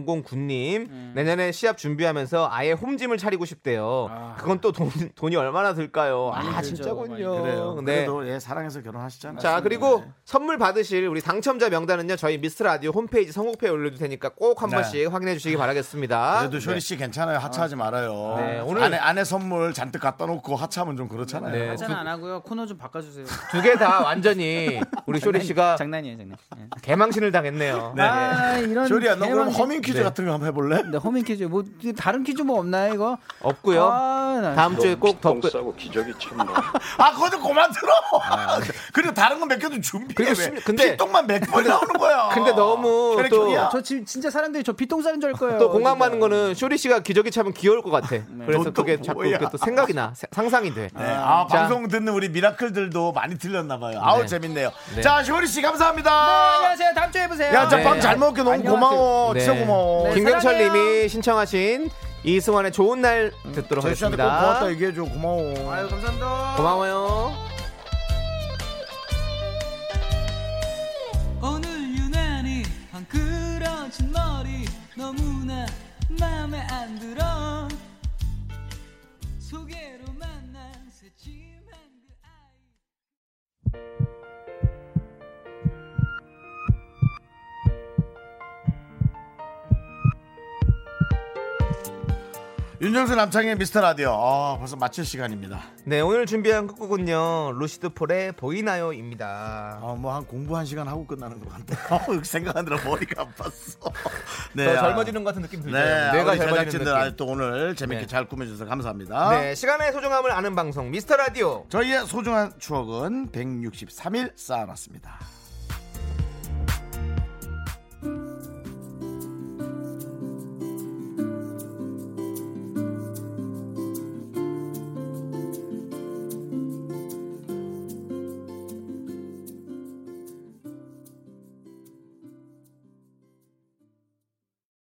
S2: 1009님 내년에 시합 준비하면서 아예 홈짐을 차리고 싶대요. 그건 또 돈, 돈이 얼마나 들까요? 아
S11: 들죠,
S2: 진짜군요.
S1: 그래요.
S2: 네.
S1: 그래도 예, 사랑해서 결혼하시잖아요.
S2: 자 그리고 선물 받으실 우리 당첨자 명단은요 저희 미스터 라디오 홈페이지 선곡표에 올려도 되니까 꼭 한
S1: 네.
S2: 번씩 확인해 주시기 바라겠습니다.
S1: 그래도 쇼리 씨 괜찮아요. 하차하지 말아요.
S2: 네, 오늘-
S1: 아내, 아내 선물 잔뜩 갖다 놓고 하차하면 좀 그렇잖아요.
S2: 네.
S11: 하자는 안 하고요 코너 좀 바꿔주세요.
S2: 두 개 다 완전히 우리 쇼리 씨가
S11: 장난이에요 장난. 예.
S2: 개망신을 당했네요.
S11: 아 이런
S1: 쇼리야, 너 그럼
S11: 개망신-
S1: 허밍 퀴즈 같은 거 한번 해볼래?
S11: 네, 허밍 퀴즈 뭐 다른 퀴즈 뭐 없나요 이거?
S2: 없고요.
S11: 아, 나-
S2: 다음 주에 꼭
S15: 피똥
S2: 덕분
S15: 싸고 기저귀 찬다.
S1: 아, 그거 좀 그만 들어! 그리고 다른 거 몇 개 좀 준비해.
S2: 아, 그리고
S1: 왜?
S2: 심- 근데-
S1: 피똥만 몇 번 나오는 거야.
S2: 근데 너무
S1: 캐릭터야.
S11: 저 지금 진짜 사람들이 저 비통사는 줄 알 거예요.
S2: 또 공감 많은 거는 쇼리 씨가 기저귀 차면 귀여울 것 같아. 그래서
S1: 너또
S2: 그게 자꾸
S1: 네. 뭐야.
S2: 그게 또 생각이 나 세- 상상이 돼.
S1: 네, 아,
S2: 자.
S1: 방송 듣는 우리 미라클들도 많이 틀렸나 봐요. 아우
S5: 네.
S1: 재밌네요.
S5: 네.
S1: 자, 쇼리 씨 감사합니다.
S11: 네, 안녕하세요. 다음 주에 보세요.
S1: 야, 저
S2: 네.
S1: 빵 잘 먹게 너무 고마워.
S5: 네.
S1: 진짜 고마워.
S11: 네.
S2: 김경철님이 신청하신 이승환의 좋은 날 듣도록
S1: 제씨한테꼭 고맙다
S2: 하겠습니다.
S1: 얘기해줘. 고마워.
S11: 아유 감사합니다.
S2: 고마워요.
S16: 오늘 유난히 헝클어진 머리 너무나 마음에 안 들어 소개로 만난 새침한 그 아이
S1: 윤정수 남창의 미스터 라디오. 아, 벌써 마칠 시간입니다.
S2: 네 오늘 준비한 곡은요 루시드 폴의 보이나요입니다.
S1: 아, 뭐 한 공부 한 시간 하고 끝나는 것 같아. 어, 생각하느라 머리가 아팠어. 네.
S2: 더
S1: 아,
S2: 젊어지는 것 같은 느낌 들죠.
S1: 네, 뇌가 제작진들 아.
S2: 느낌.
S1: 아직도 오늘 재밌게
S2: 네.
S1: 잘 꾸며주셔서 감사합니다.
S2: 네 시간의 소중함을 아는 방송 미스터 라디오.
S1: 저희의 소중한 추억은 163일 쌓아놨습니다.